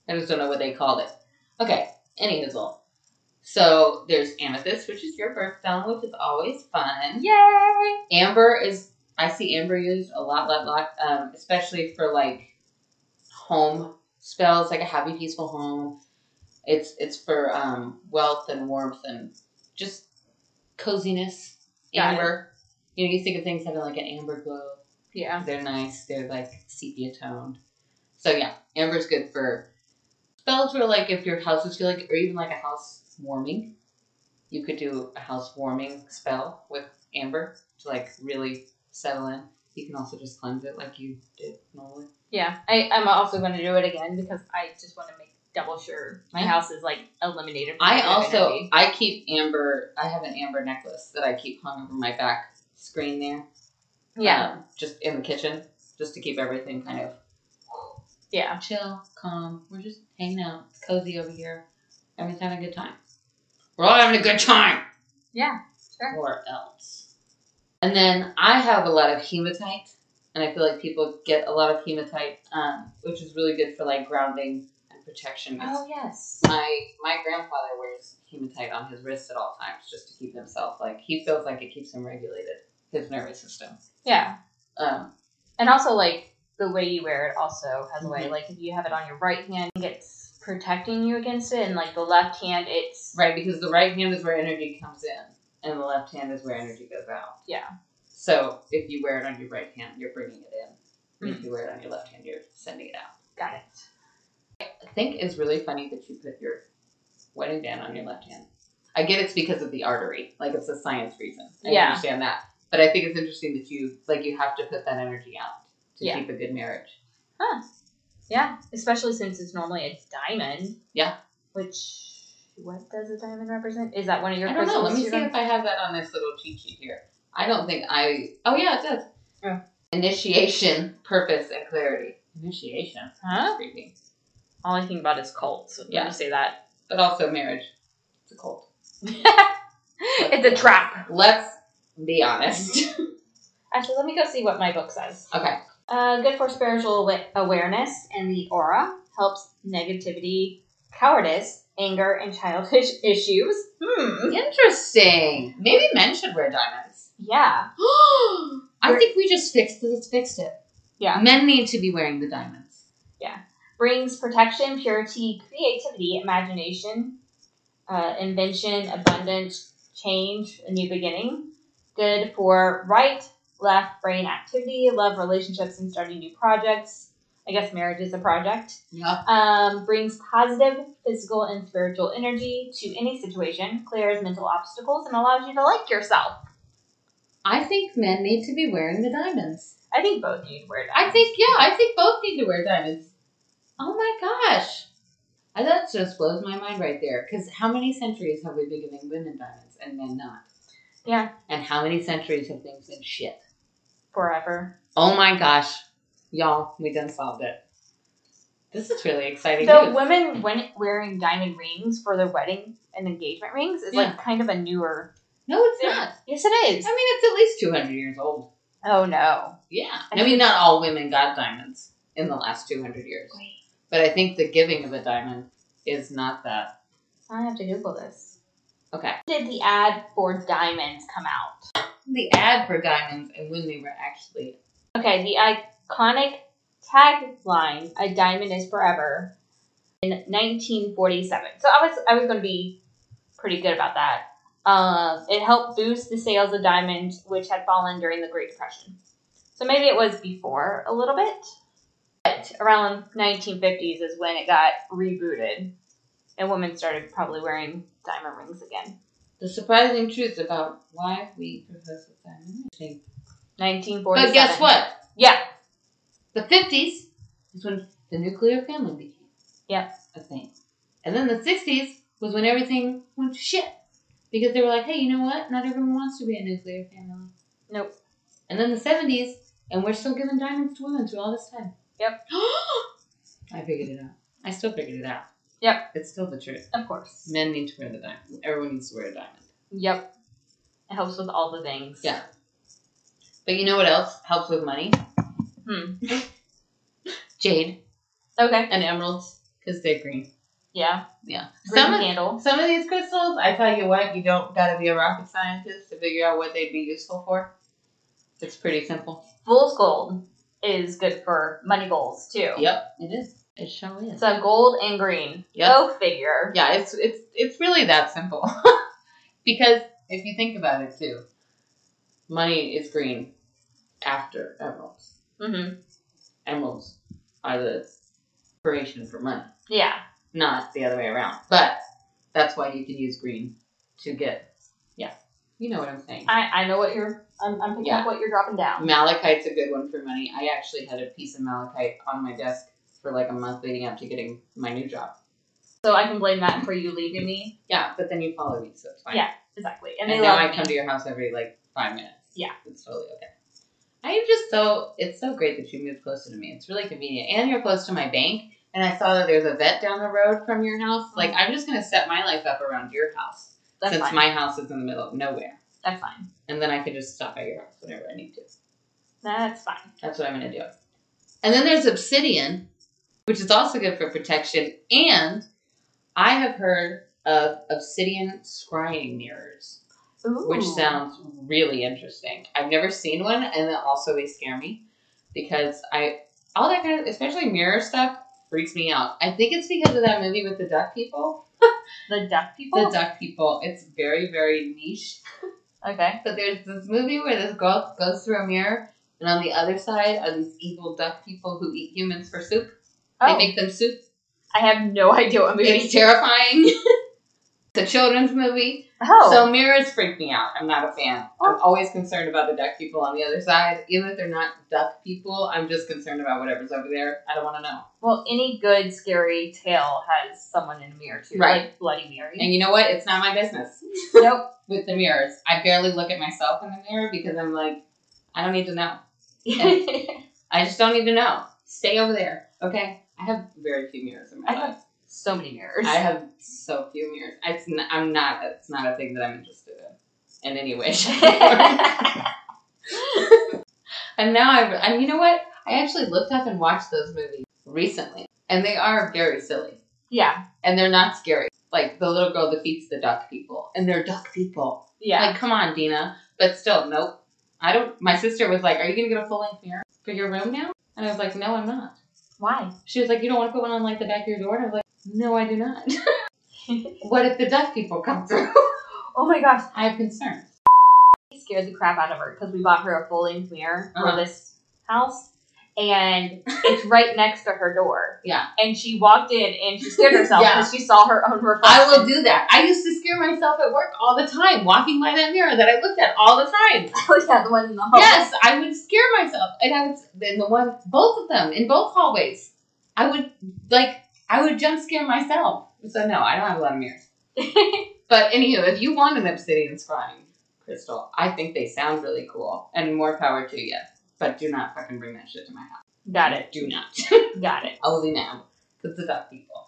Speaker 1: I just don't know what they called it. Okay, any hizzle. So there's amethyst, which is your birthstone, which is always fun.
Speaker 2: Yay!
Speaker 1: Amber is I see amber used a lot, lot, lot, um, especially for like home spells, like a happy, peaceful home. It's it's for um, wealth and warmth and just coziness.
Speaker 2: Got it.
Speaker 1: Amber, you know, you think of things having like an amber glow.
Speaker 2: Yeah.
Speaker 1: They're nice. They're like sepia toned. So yeah, amber's good for spells where like if your house is feeling or even like a house warming, you could do a house warming spell with amber to like really settle in. You can also just cleanse it like you did normally.
Speaker 2: Yeah. I, I'm also going to do it again because I just want to make double sure my
Speaker 1: Yeah.
Speaker 2: house is like eliminated. from
Speaker 1: I
Speaker 2: negative
Speaker 1: also
Speaker 2: energy.
Speaker 1: I keep amber. I have an amber necklace that I keep hung over my back screen there.
Speaker 2: Yeah.
Speaker 1: um, just in the kitchen, just to keep everything kind of
Speaker 2: yeah.
Speaker 1: chill, calm. We're just hanging out. It's cozy over here. Everyone's having a good time. We're all having a good time.
Speaker 2: Yeah, sure.
Speaker 1: Or else. And then I have a lot of hematite, and I feel like people get a lot of hematite, um, which is really good for like grounding and protection. It's-
Speaker 2: Oh yes.
Speaker 1: My my grandfather wears hematite on his wrists at all times, just to keep himself like he feels like it keeps him regulated, his nervous system.
Speaker 2: Yeah.
Speaker 1: Um,
Speaker 2: And also like the way you wear it also has a way
Speaker 1: Mhm.
Speaker 2: like if you have it on your right hand, it's protecting you against it, and like the left hand, it's
Speaker 1: Right, because the right hand is where energy comes in, and the left hand is where energy goes out.
Speaker 2: Yeah.
Speaker 1: So if you wear it on your right hand, you're bringing it in.
Speaker 2: Mhm.
Speaker 1: If you wear it on your left hand, you're sending it out.
Speaker 2: got it.
Speaker 1: I think it's really funny that you put your wedding band on your left hand. I get it's because of the artery, like it's a science reason. I
Speaker 2: Yeah.
Speaker 1: understand that, but I think it's interesting that you like you have to put that energy out to
Speaker 2: Yeah.
Speaker 1: keep a good marriage.
Speaker 2: Yeah, especially since it's normally a diamond.
Speaker 1: Yeah.
Speaker 2: Which what does a diamond represent? Is that one of your
Speaker 1: I don't know.
Speaker 2: crystals
Speaker 1: Let me
Speaker 2: you
Speaker 1: see
Speaker 2: don't-
Speaker 1: if I have that on this little cheat sheet here. I don't think I. Oh yeah, it does.
Speaker 2: Oh.
Speaker 1: Initiation, purpose, and clarity. Initiation.
Speaker 2: Huh?
Speaker 1: Creepy.
Speaker 2: All I think about is cults. when
Speaker 1: Yeah.
Speaker 2: You say that.
Speaker 1: But also marriage. It's a cult.
Speaker 2: it's a trap.
Speaker 1: Let's be honest.
Speaker 2: Actually, let me go see what my book says.
Speaker 1: okay.
Speaker 2: Uh, good for spiritual awa- awareness and the aura. Helps negativity, cowardice, anger, and childish issues. Hmm.
Speaker 1: Interesting. Maybe men should wear diamonds.
Speaker 2: Yeah.
Speaker 1: I think we just fixed it. It's fixed it.
Speaker 2: Yeah.
Speaker 1: Men need to be wearing the diamonds.
Speaker 2: Brings protection, purity, creativity, imagination, uh, invention, abundance, change, a new beginning. Good for right, left brain activity, love relationships, and starting new projects. I guess marriage is a project.
Speaker 1: Yeah.
Speaker 2: um, brings positive physical and spiritual energy to any situation, clears mental obstacles, and allows you to like yourself.
Speaker 1: I think men need to be wearing the diamonds.
Speaker 2: I think both need to wear that.
Speaker 1: I think yeah, I think both need to wear diamonds. Oh my gosh, I, that just blows my mind right there. Because how many centuries have we been giving women diamonds and men not?
Speaker 2: Yeah.
Speaker 1: And how many centuries have things been shit?
Speaker 2: forever.
Speaker 1: Oh my gosh, y'all, we done solved it. This is really exciting.
Speaker 2: So
Speaker 1: news.
Speaker 2: women when wearing diamond rings for their wedding and engagement rings is like kind of a newer.
Speaker 1: no, it's not.
Speaker 2: Yes, it
Speaker 1: I
Speaker 2: is.
Speaker 1: mean, it's at least two hundred years old.
Speaker 2: Oh no.
Speaker 1: Yeah.
Speaker 2: I
Speaker 1: I mean, not all women got diamonds in the last two hundred years,
Speaker 2: Wait,
Speaker 1: but I think the giving of a diamond is not that.
Speaker 2: I have to Google this.
Speaker 1: Okay.
Speaker 2: When Did the ad for diamonds come out?
Speaker 1: the ad for diamonds and when they were actually
Speaker 2: Okay, the iconic tagline "A diamond is forever" in 1947. So I was I was going to be pretty good about that. Uh, it helped boost the sales of Diamond, which had fallen during the Great Depression. So maybe it was before a little bit. But around 1950s is when it got rebooted, and women started probably wearing diamond rings again.
Speaker 1: The surprising truth about why we profess a diamond ring.
Speaker 2: 1947.
Speaker 1: But guess what?
Speaker 2: Yeah.
Speaker 1: The 50s is when the nuclear family became
Speaker 2: Yep.
Speaker 1: a thing. And then the 60s was when everything went to shit. Because they were like, hey, you know what? Not everyone wants to be a nuclear family.
Speaker 2: Nope.
Speaker 1: And then the 70s, and we're still giving diamonds to women through all this time.
Speaker 2: Yep.
Speaker 1: I figured it out. I still figured it out.
Speaker 2: Yep.
Speaker 1: It's still the truth.
Speaker 2: Of course.
Speaker 1: Men need to wear the diamond. Everyone needs to wear a diamond.
Speaker 2: Yep. It helps with all the things.
Speaker 1: Yeah. But you know what else helps with money?
Speaker 2: Hmm.
Speaker 1: Jade
Speaker 2: Okay.
Speaker 1: and emeralds, because they're green.
Speaker 2: Yeah.
Speaker 1: Yeah.
Speaker 2: Green
Speaker 1: Some of,
Speaker 2: candle.
Speaker 1: Some of these crystals, I tell you what, you don't gotta be a rocket scientist to figure out what they'd be useful for. It's pretty simple.
Speaker 2: Fool's gold is good for money goals too.
Speaker 1: Yep, it is. It sure is.
Speaker 2: So gold and green.
Speaker 1: Yep.
Speaker 2: Go figure.
Speaker 1: yeah, it's it's it's really that simple. because if you think about it too, money is green after emeralds.
Speaker 2: Mm-hmm.
Speaker 1: Emeralds are the inspiration for money,
Speaker 2: Yeah.
Speaker 1: not the other way around. But that's why you can use green to get. Yeah, you know what I'm saying.
Speaker 2: I, I know what you're. I'm, I'm picking
Speaker 1: Yeah.
Speaker 2: up what you're dropping down.
Speaker 1: Malachite's a good one for money. I actually had a piece of malachite on my desk for like a month leading up to getting my new job.
Speaker 2: So I can blame that for you leaving me.
Speaker 1: Yeah, but then you follow me, so it's fine.
Speaker 2: Yeah, Exactly. And,
Speaker 1: And,
Speaker 2: they
Speaker 1: now
Speaker 2: love
Speaker 1: I
Speaker 2: me.
Speaker 1: come to your house every like five minutes.
Speaker 2: Yeah.
Speaker 1: It's totally okay. I am just so it's so great that you moved closer to me. It's really convenient. And you're close to my bank. And I saw that there's a vet down the road from your house. Like I'm just gonna set my life up around your house.
Speaker 2: Mm-hmm. That's
Speaker 1: since
Speaker 2: fine.
Speaker 1: my house is in the middle of nowhere.
Speaker 2: That's fine.
Speaker 1: And then I can just stop at your house whenever I need to.
Speaker 2: That's fine.
Speaker 1: That's what I'm gonna do. And then there's obsidian, which is also good for protection. And I have heard of obsidian scrying mirrors,
Speaker 2: Ooh.
Speaker 1: which sounds really interesting. I've never seen one, and then also they scare me because I all that kind of, especially mirror stuff, freaks me out. I think it's because of that movie with the duck people.
Speaker 2: the duck people.
Speaker 1: The duck people. It's very very niche.
Speaker 2: Okay.
Speaker 1: But there's this movie where this girl goes through a mirror, and on the other side are these evil duck people who eat humans for soup. They
Speaker 2: Oh,
Speaker 1: make them soup.
Speaker 2: I have no idea what movie.
Speaker 1: It's terrifying. it's a children's movie.
Speaker 2: oh,
Speaker 1: So mirrors freak me out. I'm not a fan. I'm always concerned about the duck people on the other side. Even if they're not duck people, I'm just concerned about whatever's over there. I don't want to know.
Speaker 2: well, any good scary tale has someone in a mirror too,
Speaker 1: Right.
Speaker 2: like Bloody Mary.
Speaker 1: And you know what? It's not my business
Speaker 2: nope.
Speaker 1: with the mirrors. I barely look at myself in the mirror because I'm like, I don't need to know. And- I just don't need to know. Stay over there. Okay. I have very few mirrors in my
Speaker 2: I
Speaker 1: life.
Speaker 2: have so many mirrors.
Speaker 1: I have so few mirrors. It's n- I'm not. It's not a thing that I'm interested in in any way. shape, or form. and now I. re- And you know what? I actually looked up and watched those movies recently, and they are very silly,
Speaker 2: yeah.
Speaker 1: and they're not scary. Like the little girl defeats the duck people, and they're duck people.
Speaker 2: Yeah.
Speaker 1: Like, come on, Dina. But still, nope. I don't. My sister was like, "Are you gonna get a full length mirror for your room now?" And I was like, "No, I'm not."
Speaker 2: Why?
Speaker 1: She was like, "You don't want to put one on like the back of your door?" And I was like, "No, I do not." what if the duck people come through?
Speaker 2: Oh my gosh.
Speaker 1: I have concerns.
Speaker 2: We scared the crap out of her because we bought her a full length mirror
Speaker 1: Uh-huh.
Speaker 2: for this house, and it's right next to her door.
Speaker 1: Yeah.
Speaker 2: And she walked in and she scared herself
Speaker 1: Yeah.
Speaker 2: because she saw her own reflection.
Speaker 1: I will do that. I used to scare myself at work all the time, walking by that mirror that I looked at all the time.
Speaker 2: Oh yeah, the one in the hall.
Speaker 1: Yes, I would scare myself, and I would then the one, both of them in both hallways. I would like, I would jump scare myself. So no, I don't have a lot of mirrors. but anywho, if you want an obsidian scrying crystal, I think they sound really cool, and more power to you. But do not fucking bring that shit to my house.
Speaker 2: Got it.
Speaker 1: Do not.
Speaker 2: Got it.
Speaker 1: Only now. Because the duck people.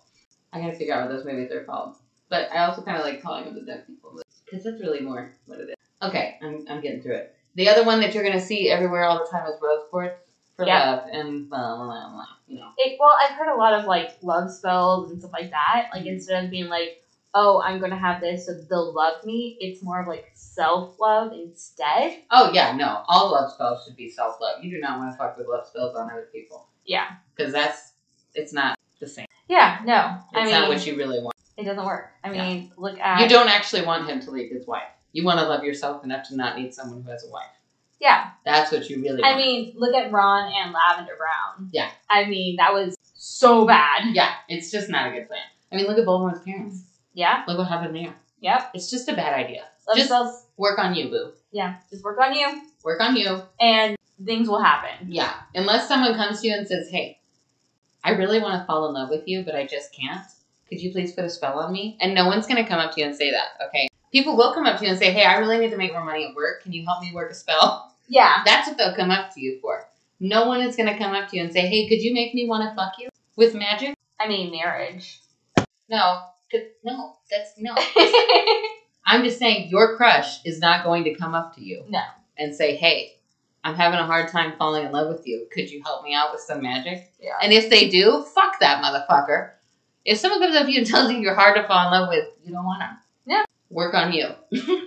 Speaker 1: I gotta figure out what those movies are called. But I also kind of like calling them the duck people. Because that's really more what it is. Okay, I'm, I'm getting through it. The other one that you're gonna see everywhere all the time is Rose Quartz for
Speaker 2: Yeah.
Speaker 1: love and blah, blah, blah, blah, you know.
Speaker 2: it. Well, I've heard a lot of like love spells and stuff like that.
Speaker 1: Mm-hmm.
Speaker 2: Like instead of being like, "Oh, I'm gonna have this so they'll love me," it's more of like self love instead.
Speaker 1: Oh, yeah, no. All love spells should be self love. You do not want to fuck with love spells on other people.
Speaker 2: Yeah.
Speaker 1: Because that's, it's not the same.
Speaker 2: Yeah. No.
Speaker 1: It's
Speaker 2: I mean,
Speaker 1: not what you really want.
Speaker 2: It doesn't work. I
Speaker 1: Yeah.
Speaker 2: mean, look at
Speaker 1: you don't actually want him to leave his wife. You want to love yourself enough to not need someone who has a wife.
Speaker 2: Yeah,
Speaker 1: That's what you really want.
Speaker 2: I mean, look at Ron and Lavender Brown.
Speaker 1: Yeah.
Speaker 2: I mean, that was so bad.
Speaker 1: yeah, it's just not a good plan. I mean, look at Voldemort's parents.
Speaker 2: Yeah.
Speaker 1: Look what happened there.
Speaker 2: Yep.
Speaker 1: It's just a bad idea.
Speaker 2: Let
Speaker 1: Just-
Speaker 2: themselves.
Speaker 1: Work on you, boo.
Speaker 2: Yeah. Just work on you,
Speaker 1: Work on you.
Speaker 2: and things will happen.
Speaker 1: Yeah. Unless someone comes to you and says, hey, I really want to fall in love with you, but I just can't. Could you please put a spell on me? And no one's going to come up to you and say that, okay? People will come up to you and say, hey, I really need to make more money at work. Can you help me work a spell?
Speaker 2: Yeah.
Speaker 1: That's what they'll come up to you for. No one is going to come up to you and say, hey, could you make me want to fuck you with magic?
Speaker 2: I mean, marriage.
Speaker 1: No. 'Cause- No. That's no. I'm just saying your crush is not going to come up to you.
Speaker 2: No.
Speaker 1: And say, hey, I'm having a hard time falling in love with you. Could you help me out with some magic?
Speaker 2: Yeah.
Speaker 1: And if they do, fuck that motherfucker. If someone comes up to you and tells you you're hard to fall in love with, you don't want them.
Speaker 2: Yeah.
Speaker 1: Work on you.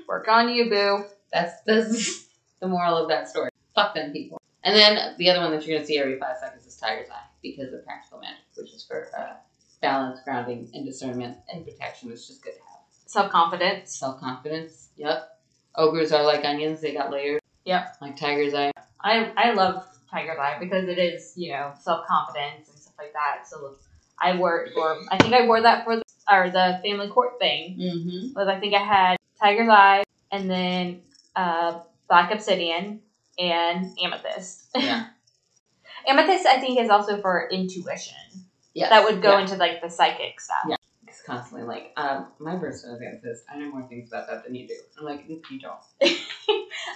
Speaker 2: work on you, boo.
Speaker 1: That's, that's the moral of that story. Fuck them people. And then the other one that you're going to see every five seconds is Tiger's Eye because of practical magic, which is for uh, balance, grounding, and discernment and protection. It's just good to have.
Speaker 2: Self confidence.
Speaker 1: Self confidence. Yep. Ogres are like onions; they got layers.
Speaker 2: Yep.
Speaker 1: Like tiger's eye.
Speaker 2: I I love Tiger Eye because it is you know self confidence and stuff like that. So I wore or I think I wore that for the, or the family court thing.
Speaker 1: Mm-hmm.
Speaker 2: Was I think I had Tiger's Eye and then uh, Black Obsidian and Amethyst.
Speaker 1: Yeah.
Speaker 2: Amethyst I think is also for intuition.
Speaker 1: Yes.
Speaker 2: That would go
Speaker 1: Yeah.
Speaker 2: into like the psychic stuff.
Speaker 1: Yeah. It's constantly like, um, my personal advance says, I know more things about that than you do. I'm like, "Mm, you don't.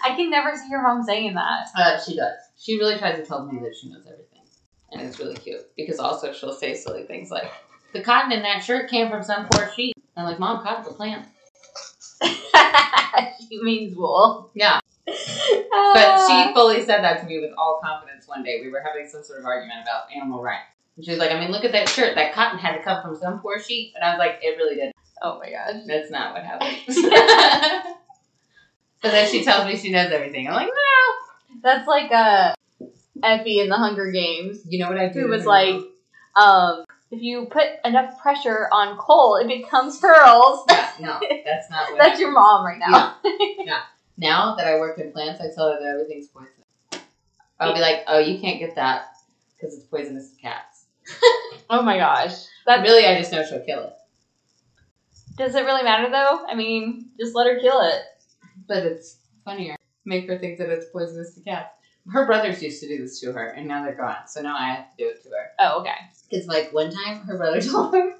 Speaker 2: I can never see your mom saying that.
Speaker 1: Uh, she does. She really tries to tell me that she knows everything, and it's really cute because also she'll say silly things like, "The cotton in that shirt came from some poor sheep." And I'm like, "Mom, cotton's a plant."
Speaker 2: she means wool.
Speaker 1: Yeah. But
Speaker 2: Ah.
Speaker 1: she fully said that to me with all confidence one day. We were having some sort of argument about animal rights. And she was like, I mean, look at that shirt. That cotton had to come from some poor sheep. And I was like, it really did.
Speaker 2: Oh my gosh.
Speaker 1: That's not what happened. but then she tells me she knows everything. I'm like, no.
Speaker 2: That's like uh, Effie in the Hunger Games,
Speaker 1: You know what I do?
Speaker 2: who was like, um, if you put enough pressure on coal, it becomes pearls.
Speaker 1: yeah, no, that's not what
Speaker 2: That's your mom right now.
Speaker 1: Now that I work in plants, I tell her that everything's poisonous. I'll be like, oh, you can't get that because it's poisonous to cats.
Speaker 2: Oh my gosh.
Speaker 1: But
Speaker 2: That
Speaker 1: really, I just know she'll kill it.
Speaker 2: does it really matter though? I mean, just let her kill it.
Speaker 1: But it's funnier. Make her think that it's poisonous to cats. Her brothers used to do this to her, and now they're gone. So now I have to do it to her.
Speaker 2: Oh, okay.
Speaker 1: Because, like, one time her brother told her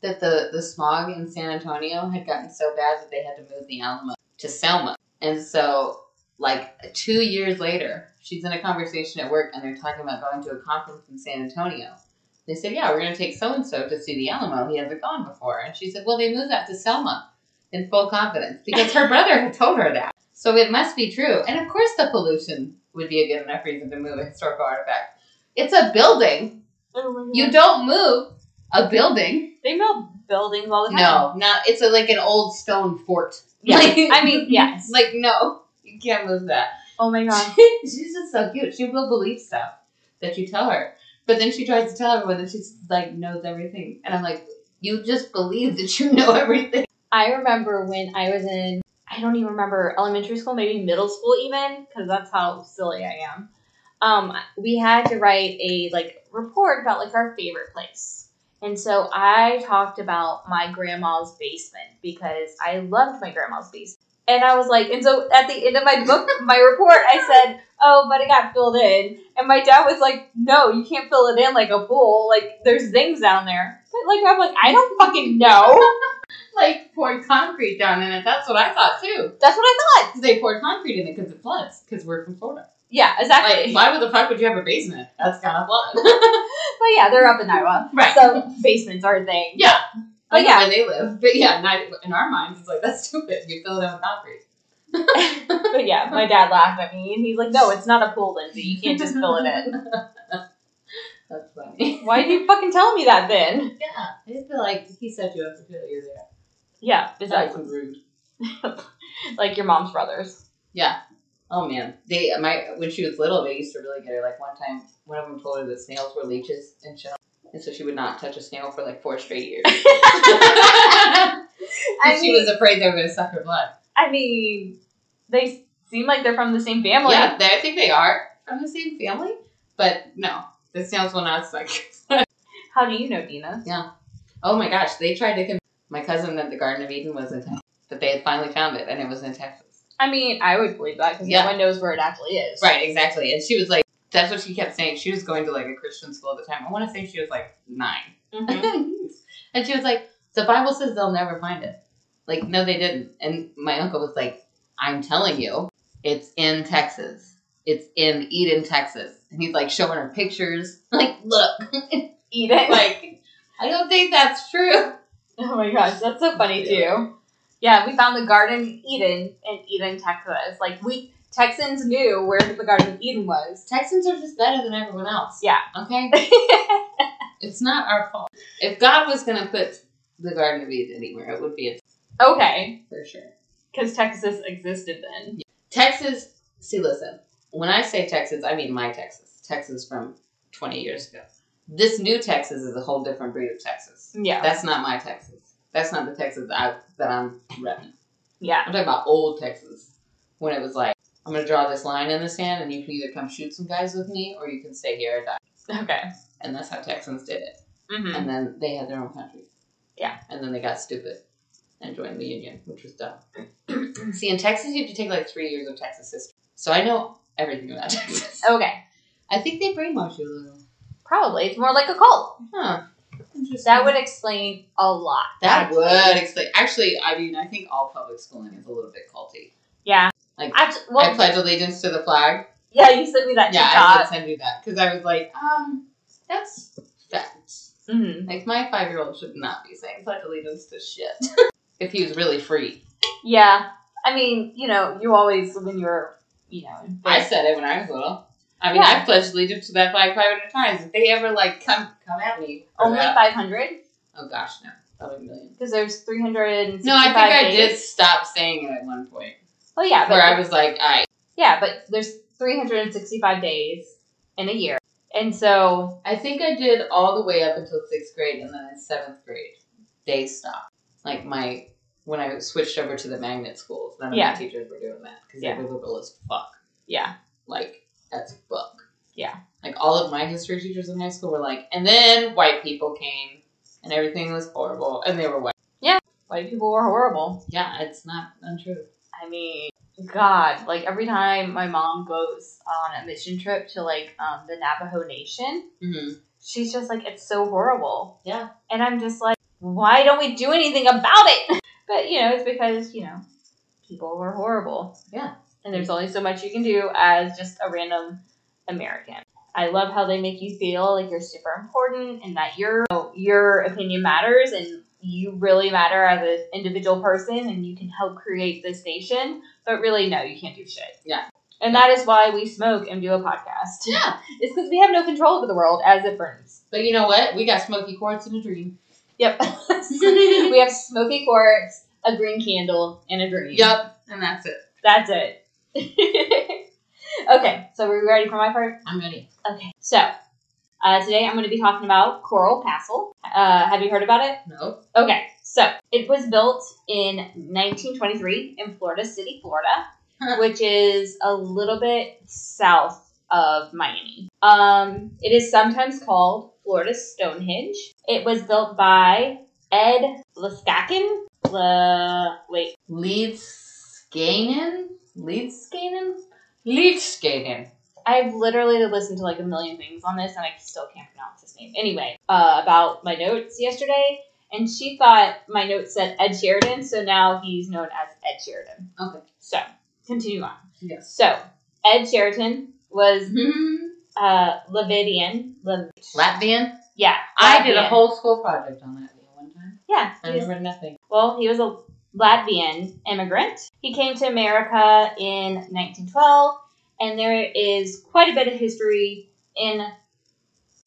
Speaker 1: that the, the smog in San Antonio had gotten so bad that they had to move the Alamo to Selma. And so, like, two years later, she's in a conversation at work, and they're talking about going to a conference in San Antonio. They said, Yeah, we're going to take so and so to see the Alamo. He hasn't gone before. And she said, Well, they moved that to Selma in full confidence because her brother had told her that. So it must be true. And of course, the pollution would be a good enough reason to move a historical artifact. It's a building. You don't move a building.
Speaker 2: they melt buildings all the time.
Speaker 1: No, not. It's a, like an old stone fort.
Speaker 2: Yeah.
Speaker 1: Like-
Speaker 2: I mean, yes.
Speaker 1: Like, no, you can't move that.
Speaker 2: oh my gosh.
Speaker 1: She's just so cute. She will believe stuff that you tell her. But then she tries to tell everyone that she's like knows everything. And I'm like, you just believe that you know everything.
Speaker 2: I remember when I was in, I don't even remember elementary school, maybe middle school even, because that's how silly I am. Um, we had to write a like report about like our favorite place. And so I talked about my grandma's basement because I loved my grandma's basement. And I was like, and so at the end of my book, my report, I said, oh, but it got filled in. And my dad was like, no, you can't fill it in like a pool. Like, there's things down there. But like, I'm like, I don't fucking know.
Speaker 1: Like poured concrete down in it. That's what I thought too.
Speaker 2: That's what I thought.
Speaker 1: 'Cause They poured concrete in it because it floods. Because we're from Florida.
Speaker 2: Yeah,
Speaker 1: Like,
Speaker 2: exactly.
Speaker 1: why would the fuck would you have a basement? That's gonna flood.
Speaker 2: but yeah, they're up in Iowa,
Speaker 1: right.
Speaker 2: so basements are a thing.
Speaker 1: yeah.
Speaker 2: But
Speaker 1: I know
Speaker 2: yeah.
Speaker 1: where they live. But yeah, not, in our minds, it's like that's stupid. You fill it in with concrete.
Speaker 2: But yeah, my dad laughed at me, and he's like, "No, it's not a pool, Lindsay. You can't just fill it in.
Speaker 1: That's funny.
Speaker 2: Why did you fucking tell me that then?"
Speaker 1: Yeah, I feel like he set you up to feel you're there.
Speaker 2: Yeah,
Speaker 1: That's
Speaker 2: exactly.
Speaker 1: rude.
Speaker 2: Like your mom's brothers.
Speaker 1: Yeah. Oh man, they my when she was little, they used to really get her. Like one time, one of them told her that snails were leeches and shit. And so she would not touch a snail for like four straight years.
Speaker 2: I
Speaker 1: she
Speaker 2: mean,
Speaker 1: was afraid they were going to suck her blood.
Speaker 2: I mean, they seem like they're from the same family.
Speaker 1: Yeah, they, I think they are from the same family, but no, the snails will not suck.
Speaker 2: How do you know, Dina?
Speaker 1: oh my gosh, they tried to convince my cousin that the Garden of Eden was in Texas, that they had finally found it and it was in Texas.
Speaker 2: I mean, I would believe that because
Speaker 1: Yeah.
Speaker 2: no one knows where it actually is.
Speaker 1: Right, exactly. And she was like, that's what she kept saying. She was going to like a Christian school at the time. I want to say she was like 9
Speaker 2: Mhm.
Speaker 1: and she was like, the Bible says they'll never find it. Like, no, they didn't. And my uncle was like, I'm telling you, it's in Texas. It's in Eden, Texas. And he's like showing her pictures. Like, look,
Speaker 2: Eat it.
Speaker 1: like, I don't think that's true.
Speaker 2: oh my gosh, that's so funny too. Yeah, we found the Garden of Eden in Eden, Texas. Like we Texans knew where the Garden of Eden was.
Speaker 1: Texans are just better than everyone else.
Speaker 2: Yeah.
Speaker 1: Okay? it's not our fault. If God was going to put the Garden of Eden anywhere, it would be in
Speaker 2: Okay,
Speaker 1: for sure.
Speaker 2: because Texas existed then.
Speaker 1: Texas, see, listen, when I say Texas, I mean my Texas, Texas from 20 years ago. This new Texas is a whole different breed of Texas.
Speaker 2: Yeah,
Speaker 1: That's not my Texas. That's not the Texas that, I, that I'm repping.
Speaker 2: yeah.
Speaker 1: I'm talking about old Texas when it was like, I'm going to draw this line in the sand and you can either come shoot some guys with me or you can stay here and die.
Speaker 2: Okay.
Speaker 1: And that's how Texans did it.
Speaker 2: Mm-hmm.
Speaker 1: And then they had their own country.
Speaker 2: Yeah.
Speaker 1: And then they got stupid and joined the Union, which was dumb. See, in Texas, you have to take like three years of Texas history. So I know everything about Texas.
Speaker 2: Okay,
Speaker 1: I think they brainwash you a little.
Speaker 2: probably it's more like a cult.
Speaker 1: Huh. Interesting.
Speaker 2: That would explain a lot.
Speaker 1: That
Speaker 2: actually.
Speaker 1: would explain. Actually, I mean, I think all public schooling is a little bit culty.
Speaker 2: Yeah.
Speaker 1: Like,
Speaker 2: Actu-
Speaker 1: I
Speaker 2: well,
Speaker 1: pledge allegiance to the flag.
Speaker 2: yeah, you sent me that
Speaker 1: Yeah, I did
Speaker 2: TikTok.
Speaker 1: send you that because I was like, um, that's facts.
Speaker 2: Mhm.
Speaker 1: Like my five year old should not be saying pledge allegiance to shit if he was really free.
Speaker 2: Yeah, I mean, you know, you always when you're, you know, in
Speaker 1: I
Speaker 2: fifth-
Speaker 1: said it when I was little. I mean,
Speaker 2: Yeah.
Speaker 1: I've pledged allegiance to that flag 500 times. If they ever, like, come come at me. for
Speaker 2: only
Speaker 1: that-
Speaker 2: five hundred
Speaker 1: Oh, gosh, no. Probably a million.
Speaker 2: because there's three hundred.
Speaker 1: No, I think I did stop saying it at one point.
Speaker 2: Well, Oh, yeah, but
Speaker 1: Where I was like, I.
Speaker 2: yeah, but there's three hundred and sixty-five days in a year, and so
Speaker 1: I think I did all the way up until sixth grade, and then in seventh grade, they stopped. Like, my. When I switched over to the magnet schools, none of
Speaker 2: Yeah.
Speaker 1: my teachers were doing that because
Speaker 2: Yeah.
Speaker 1: they were liberal as fuck.
Speaker 2: yeah,
Speaker 1: Like, that's fuck.
Speaker 2: Yeah.
Speaker 1: Like, all of my history teachers in high school were like, and then white people came, and everything was horrible, and they were white.
Speaker 2: white people were horrible.
Speaker 1: Yeah, it's not untrue.
Speaker 2: I mean, God, like every time my mom goes on a mission trip to like um, the Navajo Nation,
Speaker 1: Mm-hmm.
Speaker 2: she's just like, it's so horrible.
Speaker 1: Yeah.
Speaker 2: And I'm just like, why don't we do anything about it? But, you know, it's because, you know, people were horrible.
Speaker 1: Yeah.
Speaker 2: And there's only so much you can do as just a random American. I love how they make you feel like you're super important and that your your opinion matters and you really matter as an individual person and you can help create this nation. But really, no, you can't do shit.
Speaker 1: Yeah.
Speaker 2: And that is why we smoke and do a podcast.
Speaker 1: Yeah.
Speaker 2: It's because we have no control over the world as it burns.
Speaker 1: But you know what? We got smoky quartz in a dream.
Speaker 2: Yep. we have smoky quartz, a green candle, and a dream.
Speaker 1: Yep. And that's it.
Speaker 2: That's it. okay, so we're ready for my part?
Speaker 1: I'm ready.
Speaker 2: Okay. So, uh, today I'm going to be talking about Coral Castle. Uh, have you heard about it?
Speaker 1: Nope.
Speaker 2: Okay, so it was built in 1923 in Florida City, Florida, which is a little bit south of Miami. Um, it is sometimes called Florida Stonehenge. It was built by Ed Laskakin. Le, wait,
Speaker 1: Leeds Scanin? Leeds Scanin? Leeds Scanin.
Speaker 2: I've literally listened to like a million things on this, and I still can't pronounce his name. Anyway, uh, about my notes yesterday, and she thought my notes said Ed Sheridan, so now he's known as Ed Sheridan.
Speaker 1: Okay.
Speaker 2: So continue on.
Speaker 1: Yes.
Speaker 2: So Ed Sheridan was
Speaker 1: Mhm.
Speaker 2: uh, Levidian. Lev-
Speaker 1: Latvian?
Speaker 2: yeah,
Speaker 1: I did a
Speaker 2: Latvian.
Speaker 1: whole school project on Latvia one time.
Speaker 2: yeah.
Speaker 1: I
Speaker 2: he was-
Speaker 1: remember nothing.
Speaker 2: well, he was a Latvian immigrant. He came to America in 1912, and there is quite a bit of history in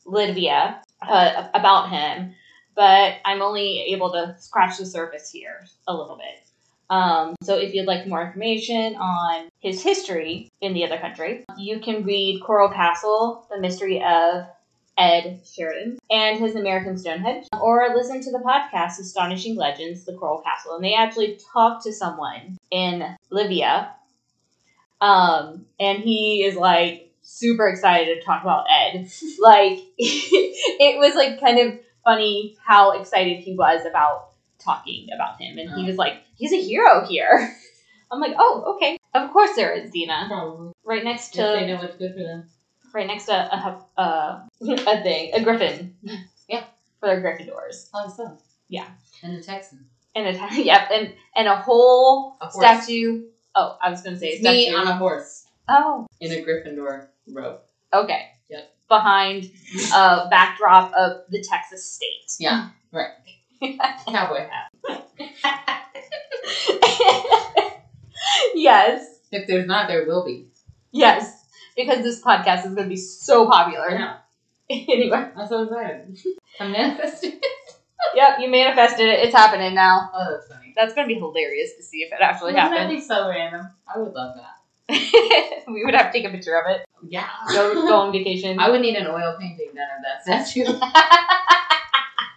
Speaker 2: Latvia uh, about him, but I'm only able to scratch the surface here a little bit. Um, so, if you'd like more information on his history in the other country, you can read Coral Castle The Mystery of Ed Sheridan and his American Stonehenge, or listen to the podcast Astonishing Legends, The Coral Castle. And they actually talked to someone in Libya. Um, and he is like super excited to talk about Ed. like, it was like kind of funny how excited he was about talking about him. And he
Speaker 1: Oh.
Speaker 2: was like, he's a hero here. I'm like, oh, okay. Of course there is, Dina.
Speaker 1: Probably.
Speaker 2: Right next
Speaker 1: If
Speaker 2: to
Speaker 1: they know what's good for them.
Speaker 2: right next to a, a, a, a thing, a griffin.
Speaker 1: Yeah.
Speaker 2: For their Gryffindors.
Speaker 1: How is that?
Speaker 2: Yeah.
Speaker 1: And the Texan.
Speaker 2: And a, yep, and, and a whole
Speaker 1: A horse.
Speaker 2: statue. Oh, I was going to say a statue.
Speaker 1: Me on a horse
Speaker 2: oh,
Speaker 1: in a Gryffindor robe.
Speaker 2: okay.
Speaker 1: Yep.
Speaker 2: Behind a backdrop of the Texas state.
Speaker 1: Yeah, right. Cowboy hat.
Speaker 2: yes,
Speaker 1: If there's not, there will be.
Speaker 2: yes, because this podcast is going to be so popular.
Speaker 1: know.
Speaker 2: anyway,
Speaker 1: I'm so excited. I'm manifesting.
Speaker 2: yep, you manifested it. It's happening now.
Speaker 1: Oh, that's funny.
Speaker 2: That's going to be hilarious to see if it actually
Speaker 1: Wouldn't
Speaker 2: happens.
Speaker 1: that be so random? I would love that.
Speaker 2: we would have to take a picture of it.
Speaker 1: Yeah.
Speaker 2: Go, go on vacation.
Speaker 1: I would need an oil painting done of that statue.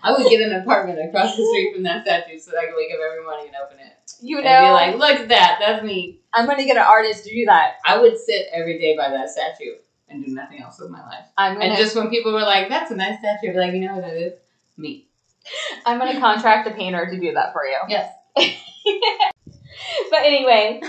Speaker 1: I would get an apartment across the street from that statue so that I could wake up every morning and open it.
Speaker 2: you
Speaker 1: And
Speaker 2: know,
Speaker 1: be like, look at that, that's me.
Speaker 2: I'm gonna get an artist to do that.
Speaker 1: I would sit every day by that statue and do nothing else with my life.
Speaker 2: I'm gonna,
Speaker 1: And just when people were like, that's a nice statue, I'd be like, you know what that is? Me.
Speaker 2: I'm gonna contract a painter to do that for you.
Speaker 1: Yes.
Speaker 2: But anyway,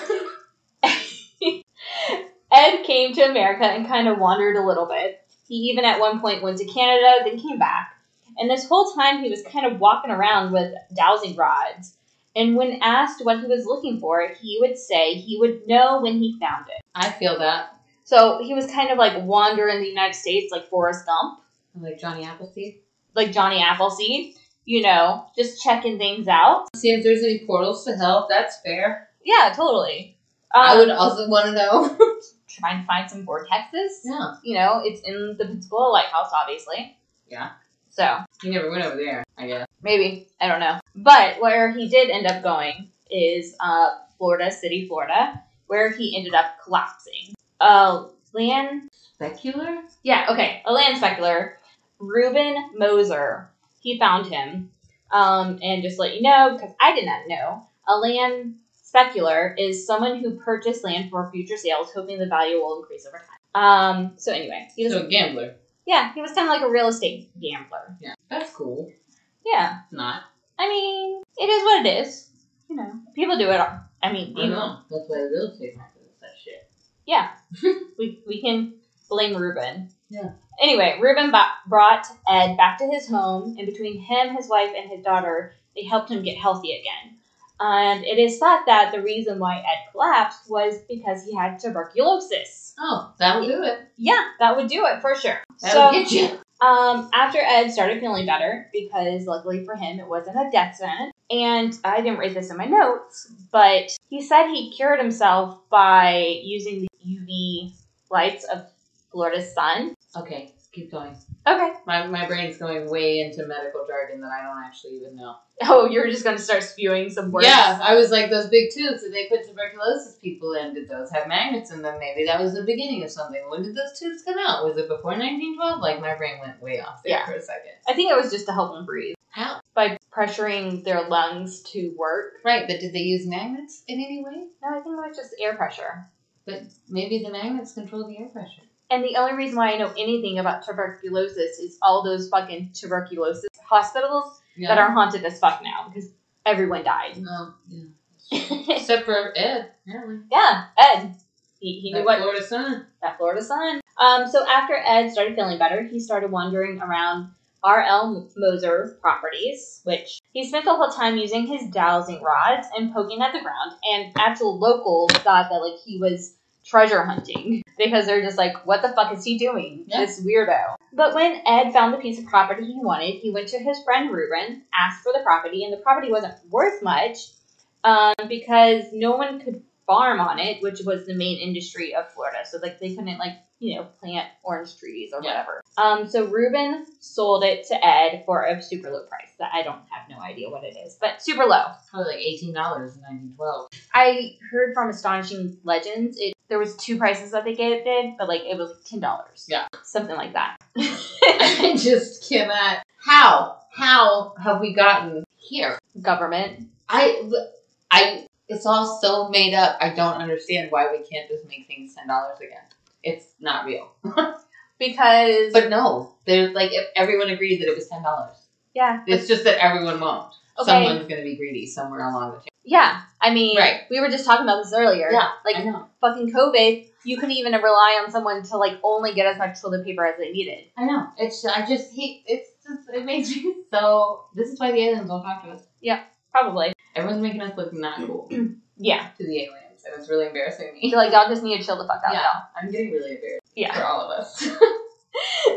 Speaker 2: Ed came to America and kind of wandered a little bit. He even at one point went to Canada, then came back. And this whole time he was kind of walking around with dowsing rods. And when asked what he was looking for, he would say he would know when he found it.
Speaker 1: I feel that.
Speaker 2: So he was kind of like wandering the United States like Forrest Gump.
Speaker 1: I'm like Johnny Appleseed.
Speaker 2: like Johnny Appleseed, you know, just checking things out.
Speaker 1: See if there's any portals to hell. That's fair.
Speaker 2: Yeah, totally. Um,
Speaker 1: I would also want to know.
Speaker 2: trying to find some vortexes.
Speaker 1: yeah.
Speaker 2: You know, it's in the Pensacola Lighthouse, obviously.
Speaker 1: Yeah.
Speaker 2: So
Speaker 1: You never went over there, I guess.
Speaker 2: maybe I don't know, but where he did end up going is uh, Florida City, Florida, where he ended up collapsing. Uh, land
Speaker 1: Specular?
Speaker 2: Yeah, okay. A land specular, Reuben Moser. He found him. Um, and just to let you know, because I did not know, a land specular is someone who purchased land for future sales, hoping the value will increase over time. Um, so anyway, he was
Speaker 1: So a gambler.
Speaker 2: yeah, he was kind of like a real estate gambler.
Speaker 1: Yeah. That's cool.
Speaker 2: Yeah,
Speaker 1: It's not.
Speaker 2: I mean, it is what it is. You know, people do it. All. I mean,
Speaker 1: I
Speaker 2: even-
Speaker 1: know. That's why real estate market is that shit.
Speaker 2: Yeah. we, we can blame Ruben.
Speaker 1: Yeah.
Speaker 2: Anyway, Ruben bo- brought Ed back to his home, and between him, his wife, and his daughter, they helped him get healthy again. And it is thought that the reason why Ed collapsed was because he had tuberculosis.
Speaker 1: Oh, that'll do it.
Speaker 2: Yeah, that would do it for sure.
Speaker 1: That'll
Speaker 2: so,
Speaker 1: get you.
Speaker 2: um, after Ed started feeling better, because luckily for him, it wasn't a death sentence, and I didn't write this in my notes, but he said he cured himself by using the UV lights of Florida's sun.
Speaker 1: Okay, keep going.
Speaker 2: Okay.
Speaker 1: My, my brain's going way into medical jargon that I don't actually even know.
Speaker 2: Oh, you're just going to start spewing some words.
Speaker 1: Yeah, I was like, those big tubes that they put tuberculosis people in, did those have magnets in them? Maybe that was the beginning of something. When did those tubes come out? Was it before 1912? Like, my brain went way off there
Speaker 2: Yeah.
Speaker 1: for a second.
Speaker 2: I think it was just to help them breathe
Speaker 1: How?
Speaker 2: by pressuring their lungs to work.
Speaker 1: Right, but did they use magnets in any way?
Speaker 2: No, I think it was just air pressure.
Speaker 1: But maybe the magnets control the air pressure.
Speaker 2: And the only reason why I know anything about tuberculosis is all those fucking tuberculosis hospitals
Speaker 1: Yeah.
Speaker 2: that are haunted as fuck now because everyone died.
Speaker 1: No, yeah. Except for Ed, apparently.
Speaker 2: yeah, Ed. He, he knew
Speaker 1: That
Speaker 2: what
Speaker 1: Florida sun.
Speaker 2: that Florida sun. Um, so after Ed started feeling better, he started wandering around R.L. Moser properties, which he spent the whole time using his dowsing rods and poking at the ground. And actual locals thought that like he was treasure hunting because they're just like, what the fuck is he doing?
Speaker 1: Yeah.
Speaker 2: This weirdo. But when Ed found the piece of property he wanted, he went to his friend Ruben, asked for the property, and the property wasn't worth much um, because no one could farm on it, which was the main industry of Florida. So like they couldn't like you know plant orange trees or
Speaker 1: Yeah.
Speaker 2: whatever. Um, so Ruben sold it to Ed for a super low price. That I don't have no idea what it is, but super low.
Speaker 1: Probably like eighteen dollars in nineteen twelve.
Speaker 2: I heard from Astonishing Legends it there was two prices that they gave did, but like it was like ten dollars.
Speaker 1: Yeah.
Speaker 2: something like that.
Speaker 1: I just cannot. How how have we gotten here?
Speaker 2: Government.
Speaker 1: I I it's all so made up. I don't understand why we can't just make things ten dollars again. It's not real.
Speaker 2: Because
Speaker 1: But no, there's like if everyone agreed that it was ten dollars.
Speaker 2: yeah,
Speaker 1: It's just that everyone won't.
Speaker 2: Okay.
Speaker 1: Someone's going to be greedy somewhere along the chain.
Speaker 2: yeah. I mean,
Speaker 1: Right.
Speaker 2: We were just talking about this earlier.
Speaker 1: Yeah,
Speaker 2: like
Speaker 1: I know.
Speaker 2: fucking COVID, you couldn't even rely on someone to like only get as much toilet paper as they needed.
Speaker 1: I know. It's I just hate. It's just it makes me so. This is why the aliens don't talk to us.
Speaker 2: Probably.
Speaker 1: Everyone's making us look not cool to
Speaker 2: Yeah.
Speaker 1: the aliens, and it's really embarrassing me.
Speaker 2: You're like, y'all just need to chill the fuck out.
Speaker 1: Yeah,
Speaker 2: y'all."
Speaker 1: I'm getting really embarrassed
Speaker 2: Yeah.
Speaker 1: for all of us.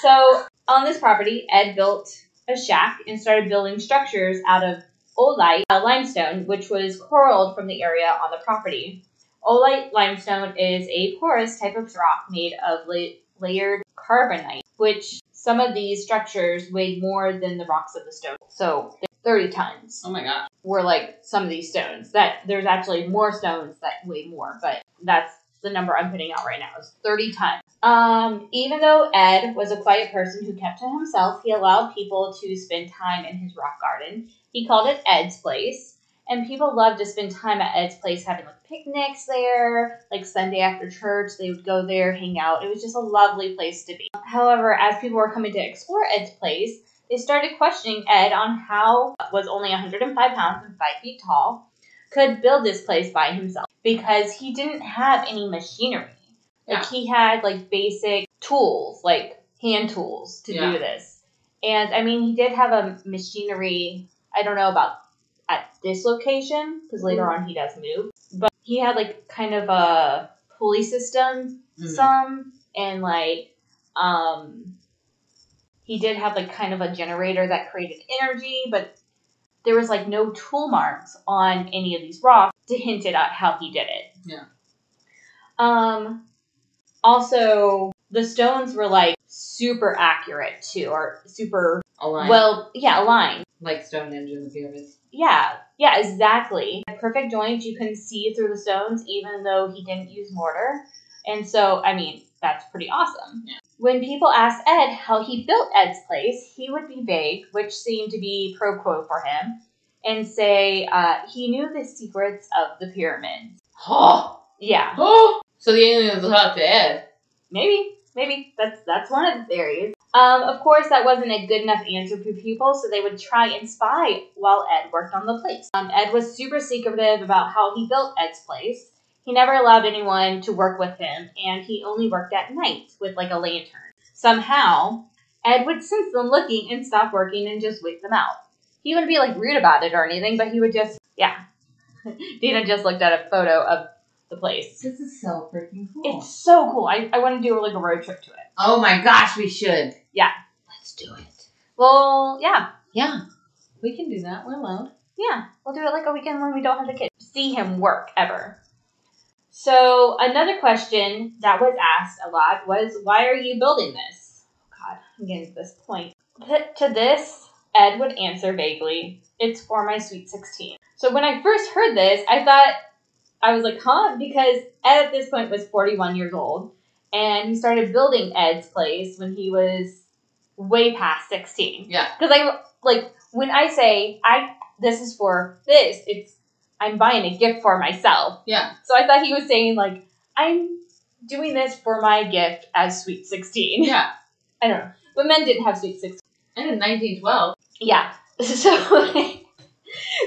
Speaker 2: So on this property, Ed built a shack and started building structures out of olite uh, limestone, which was quarreled from the area on the property. Olite limestone is a porous type of rock made of la- layered carbonite, which some of these structures weighed more than the rocks of the stone. So 30 tons.
Speaker 1: oh my gosh.
Speaker 2: were like some of these stones. That there's actually more stones that weigh more, but that's the number I'm putting out right now is 30 tons. Um, even though Ed was a quiet person who kept to himself, he allowed people to spend time in his rock garden. He called it Ed's place, and people loved to spend time at Ed's place, having like picnics there. Like Sunday after church, they would go there, hang out. It was just a lovely place to be. However, as people were coming to explore Ed's place, they started questioning Ed on how was only 105 pounds and five feet tall could build this place by himself because he didn't have any machinery.
Speaker 1: Yeah.
Speaker 2: Like he had like basic tools, like hand tools to
Speaker 1: Yeah.
Speaker 2: do this. And I mean, he did have a machinery. I don't know about at this location because later
Speaker 1: Mm-hmm.
Speaker 2: on he does move, but he had like kind of a pulley system
Speaker 1: Mm-hmm.
Speaker 2: some and like um he did have like kind of a generator that created energy but there was like no tool marks on any of these rocks to hint it at how he did it
Speaker 1: Yeah.
Speaker 2: um also the stones were like super accurate too or super
Speaker 1: Aligned.
Speaker 2: well yeah aligned
Speaker 1: like Stone Ninja in the pyramids.
Speaker 2: yeah, yeah, exactly. A perfect joint you can see through the stones, even though he didn't use mortar. And so, I mean, that's pretty awesome.
Speaker 1: Yeah.
Speaker 2: When people asked Ed how he built Ed's place, he would be vague, which seemed to be pro quo for him, and say uh, he knew the secrets of the pyramids.
Speaker 1: Oh,
Speaker 2: Yeah,
Speaker 1: oh. So the aliens will talk to Ed.
Speaker 2: maybe, maybe that's that's one of the theories. Um, of course, that wasn't a good enough answer for people, so they would try and spy while Ed worked on the place. Um, Ed was super secretive about how he built Ed's place. He never allowed anyone to work with him, and he only worked at night with like a lantern. Somehow, Ed would sense them looking and stop working and just wait them out. He wouldn't be like rude about it or anything, but he would just, yeah. Dina just looked at a photo of the place.
Speaker 1: This is so freaking
Speaker 2: It's so cool. I, I want to do like a road trip to it.
Speaker 1: oh my gosh, we should.
Speaker 2: Yeah.
Speaker 1: Let's do it.
Speaker 2: Well, yeah,
Speaker 1: Yeah. We can do that. We're allowed.
Speaker 2: yeah. We'll do it like a weekend when we don't have the kids. See him work ever. So another question that was asked a lot was, "Why are you building this?" Oh, God, I'm getting to this point. Put to this, Ed would answer vaguely, "It's for my sweet 16." So when I first heard this, I thought I was like, "Huh?" Because Ed at this point was 41 years old, and he started building Ed's place when he was way past 16.
Speaker 1: Yeah.
Speaker 2: Because I like when I say I this is for this, it's I'm buying a gift for myself.
Speaker 1: Yeah.
Speaker 2: So I thought he was saying like I'm doing this for my gift as sweet 16.
Speaker 1: Yeah.
Speaker 2: I don't know. But men didn't have sweet 16.
Speaker 1: And in 1912.
Speaker 2: Yeah. So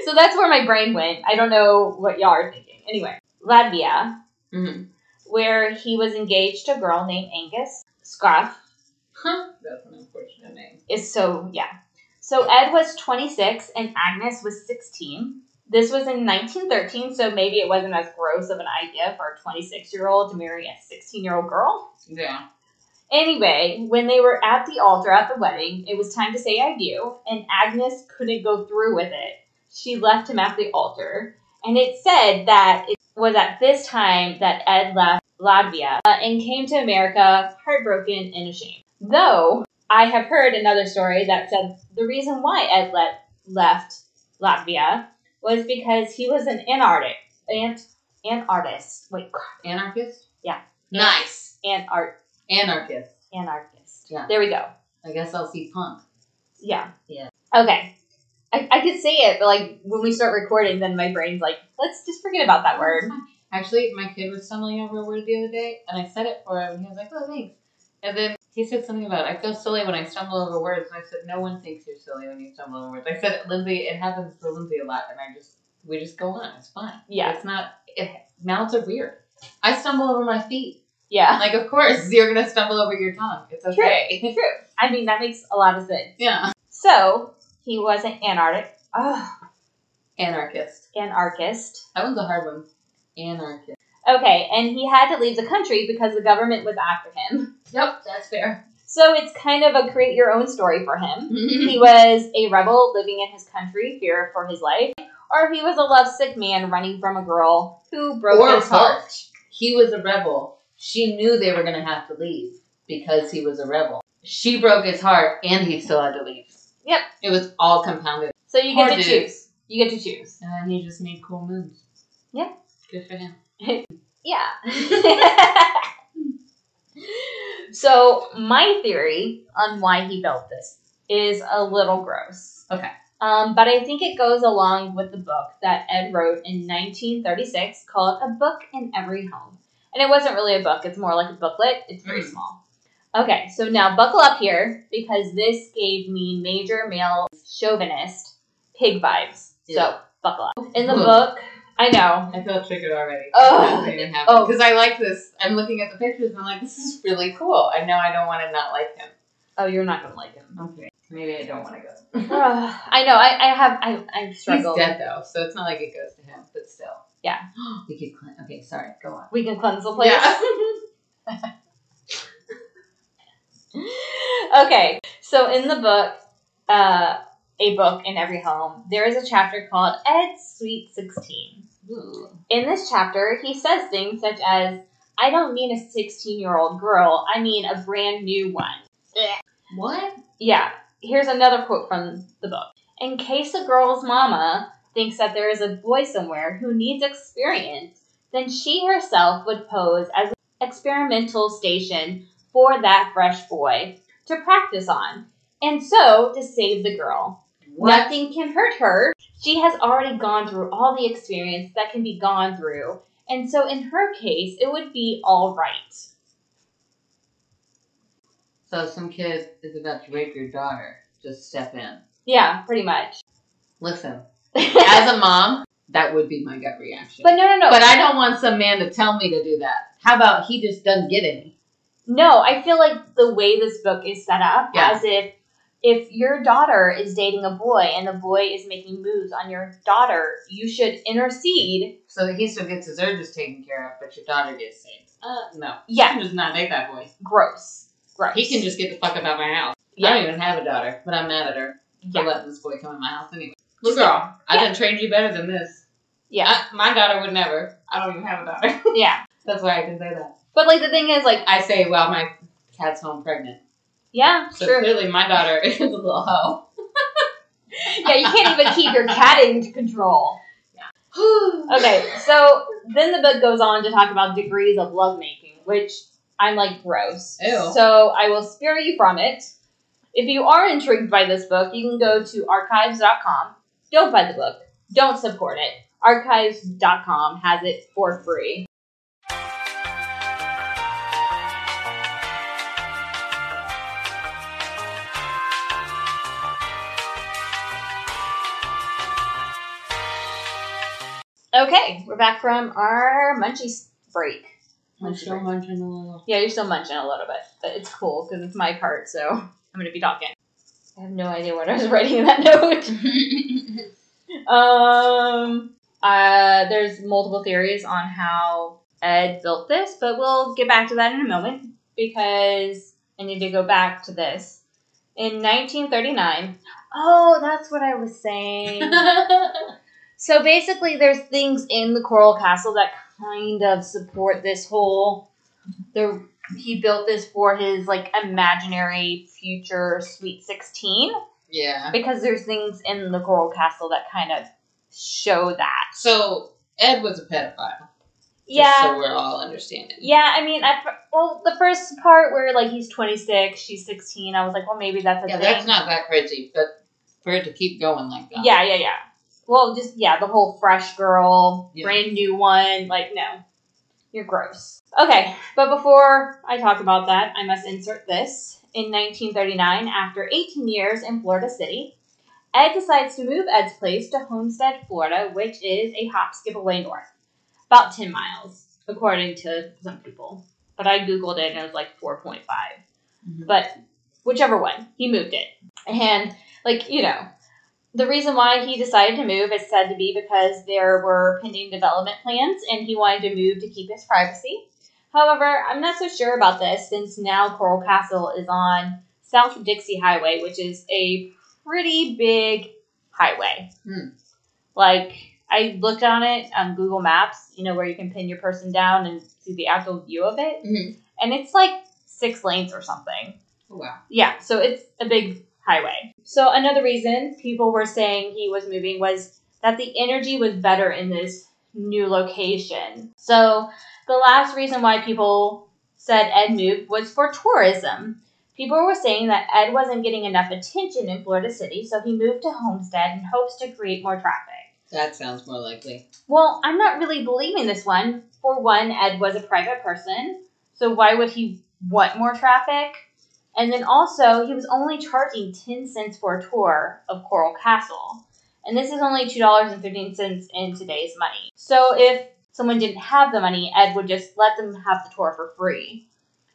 Speaker 2: so that's where my brain went. I don't know what y'all are thinking. Anyway, Latvia,
Speaker 1: Mm-hmm.
Speaker 2: where he was engaged to a girl named Angus Scruff,
Speaker 1: Huh. That's an unfortunate name.
Speaker 2: is so yeah. So Ed was 26 and Agnes was 16. This was in 1913, so maybe it wasn't as gross of an idea for a 26 year old to marry a 16 year old girl.
Speaker 1: Yeah.
Speaker 2: Anyway, when they were at the altar at the wedding, it was time to say I do, and Agnes couldn't go through with it. She left him at the altar, and it said that it, was at this time that Ed left Latvia uh, and came to America heartbroken and ashamed. Though I have heard another story that said the reason why Ed le- left Latvia was because he was an anarchist. Ant, an artist. Wait, crap.
Speaker 1: Anarchist?
Speaker 2: Yeah.
Speaker 1: Nice.
Speaker 2: an art
Speaker 1: Anarchist.
Speaker 2: anarchist.
Speaker 1: Yeah.
Speaker 2: There we go.
Speaker 1: I guess I'll see punk.
Speaker 2: Yeah.
Speaker 1: Yeah.
Speaker 2: Okay. I, I could say it, but like when we start recording, then my brain's like, let's just forget about that word.
Speaker 1: Actually, my kid was stumbling over a word the other day, and I said it for him, and he was like, oh, thanks. And then he said something about, I feel silly when I stumble over words, and I said, no one thinks you're silly when you stumble over words. I said, Lindsay, it happens for Lindsay a lot, and I just, we just go on. It's fine.
Speaker 2: Yeah.
Speaker 1: It's not, it, mouths are weird. I stumble over my feet.
Speaker 2: Yeah.
Speaker 1: Like, of course, you're going to stumble over your tongue. It's okay.
Speaker 2: True. I mean, that makes a lot of sense.
Speaker 1: Yeah.
Speaker 2: So he was an anarchist. Oh,
Speaker 1: Anarchist.
Speaker 2: anarchist.
Speaker 1: That one's a hard one. Anarchist.
Speaker 2: Okay, and he had to leave the country because the government was after him.
Speaker 1: Yep, that's fair.
Speaker 2: So it's kind of a create your own story for him.
Speaker 1: Mm-hmm.
Speaker 2: He was a rebel living in his country, fear for his life, or he was a lovesick man running from a girl who broke
Speaker 1: or
Speaker 2: his heart.
Speaker 1: both. He was a rebel. She knew they were going to have to leave because he was a rebel. She broke his heart and he still had to leave.
Speaker 2: Yep.
Speaker 1: It was all compounded.
Speaker 2: So you get
Speaker 1: Or
Speaker 2: to
Speaker 1: do.
Speaker 2: choose. You get to choose.
Speaker 1: And then he just made cool moves.
Speaker 2: Yeah.
Speaker 1: Good for him.
Speaker 2: Yeah. so my theory on why he built this is a little gross.
Speaker 1: Okay.
Speaker 2: Um, but I think it goes along with the book that Ed wrote in 1936 called A Book in Every Home. And it wasn't really a book, it's more like a booklet. It's very
Speaker 1: Mm.
Speaker 2: small. Okay, so now buckle up here because this gave me major male chauvinist pig vibes. So
Speaker 1: Yeah.
Speaker 2: buckle up. In the
Speaker 1: Ugh.
Speaker 2: book, I know.
Speaker 1: I feel triggered already.
Speaker 2: Oh. Oh.
Speaker 1: Because I like this. I'm looking at the pictures and I'm like, this is really cool. I know I don't want to not like him.
Speaker 2: Oh, you're not gonna like him.
Speaker 1: Okay. Maybe I don't want to go.
Speaker 2: Ugh, I know. I, I have. I I struggle.
Speaker 1: He's dead though, so it's not like it goes to him, but still.
Speaker 2: Yeah.
Speaker 1: we could clean. Okay, sorry. Go on.
Speaker 2: We can cleanse the place. okay. So in the book, uh, a book in every home, there is a chapter called Ed's Sweet Sixteen.
Speaker 1: Ooh.
Speaker 2: In this chapter, he says things such as, "I don't mean a sixteen-year-old girl. I mean a brand new one."
Speaker 1: What?
Speaker 2: Yeah, here's another quote from the book. In case a girl's mama thinks that there is a boy somewhere who needs experience, then she herself would pose as an experimental station for that fresh boy to practice on, and so to save the girl.
Speaker 1: What?
Speaker 2: Nothing can hurt her. She has already gone through all the experience that can be gone through, and so in her case, it would be all right.
Speaker 1: So some kid is about to rape your daughter. Just step in.
Speaker 2: Yeah, pretty much.
Speaker 1: Listen,
Speaker 2: but
Speaker 1: as a mom, that would be my gut reaction.
Speaker 2: no, no, no.
Speaker 1: but I don't want some man to tell me to do that. How about he just doesn't get any?
Speaker 2: No, I feel like the way this book is set up,
Speaker 1: Yeah.
Speaker 2: as if if your daughter is dating a boy and the boy is making moves on your daughter, you should intercede.
Speaker 1: So that he still gets his urges taken care of, but your daughter gets saved. Uh, no. I
Speaker 2: Yeah,
Speaker 1: can just not date that boy.
Speaker 2: gross, gross.
Speaker 1: He can just get the fuck out of my house. I
Speaker 2: yeah,
Speaker 1: don't even have a daughter, but I'm mad at her for
Speaker 2: yeah,
Speaker 1: letting this boy come in my house anyway. Look, girl, I done trained you better than this.
Speaker 2: yeah,
Speaker 1: I- my daughter would never. I don't even have a daughter.
Speaker 2: yeah.
Speaker 1: That's why I can say that.
Speaker 2: But like the thing is, like,
Speaker 1: I say, well, my cat's home pregnant.
Speaker 2: yeah,
Speaker 1: So
Speaker 2: sure.
Speaker 1: clearly my daughter is a little hoe.
Speaker 2: yeah, you can't even keep your cat in control.
Speaker 1: okay.
Speaker 2: Okay, so then the book goes on to talk about degrees of lovemaking, which I'm like gross.
Speaker 1: Ew.
Speaker 2: So I will spare you from it. If you are intrigued by this book, you can go to archives.com. Don't buy the book. Don't support it. Archives.com has it for free. Okay, we're back from our munchies break.
Speaker 1: I'm still munching a little.
Speaker 2: Yeah, you're still munching a little bit, but it's cool because it's my part, so I'm gonna be talking. I have no idea what I was writing in that note. um, uh, there's multiple theories on how Ed built this, but we'll get back to that in a moment because I need to go back to this. In 1939, oh, that's what I was saying. So basically, there's things in the Coral Castle that kind of support this whole the he built this for his like imaginary future Sweet 16
Speaker 1: Yeah.
Speaker 2: because there's things in the Coral Castle that kind of show that.
Speaker 1: So Ed was a pedophile. Just
Speaker 2: Yeah.
Speaker 1: so we're all understanding.
Speaker 2: Yeah, I mean, I fir- well, the first part where like he's 26, she's 16, I was like, well, maybe that's a
Speaker 1: Yeah,
Speaker 2: thing.
Speaker 1: that's not that crazy, but for it to keep going like that.
Speaker 2: Yeah, yeah, yeah. Well, just yeah, the whole fresh girl,
Speaker 1: Yeah.
Speaker 2: brand new one, like no. You're gross. Okay, but before I talk about that, I must insert this. In 1939, after 18 years in Florida City, Ed decides to move Ed's place to Homestead, Florida, which is a hop skip away north, about 10 miles, according to some people. But I googled it and it was like 4.5
Speaker 1: Mhm.
Speaker 2: Mm-hmm. but whichever one, he moved it. And like, you know, the reason why he decided to move is said to be because there were pending development plans and he wanted to move to keep his privacy. However, I'm not so sure about this since now Coral Castle is on South Dixie Highway, which is a pretty big highway.
Speaker 1: Hmm.
Speaker 2: Like, I looked on it on Google Maps, you know, where you can pin your person down and see the actual view of it.
Speaker 1: Mhm.
Speaker 2: And it's like six lanes or something.
Speaker 1: Oh, wow.
Speaker 2: Yeah, so it's a big highway. So another reason people were saying he was moving was that the energy was better in this new location. So the last reason why people said Ed moved was for tourism. People were saying that Ed wasn't getting enough attention in Florida City, so he moved to Homestead in hopes to create more traffic.
Speaker 1: That sounds more likely.
Speaker 2: Well, I'm not really believing this one. For one, Ed was a private person, so why would he want more traffic? And then also, he was only charging 10 cents for a tour of Coral Castle. And this is only $2.15 in today's money. So if someone didn't have the money, Ed would just let them have the tour for free.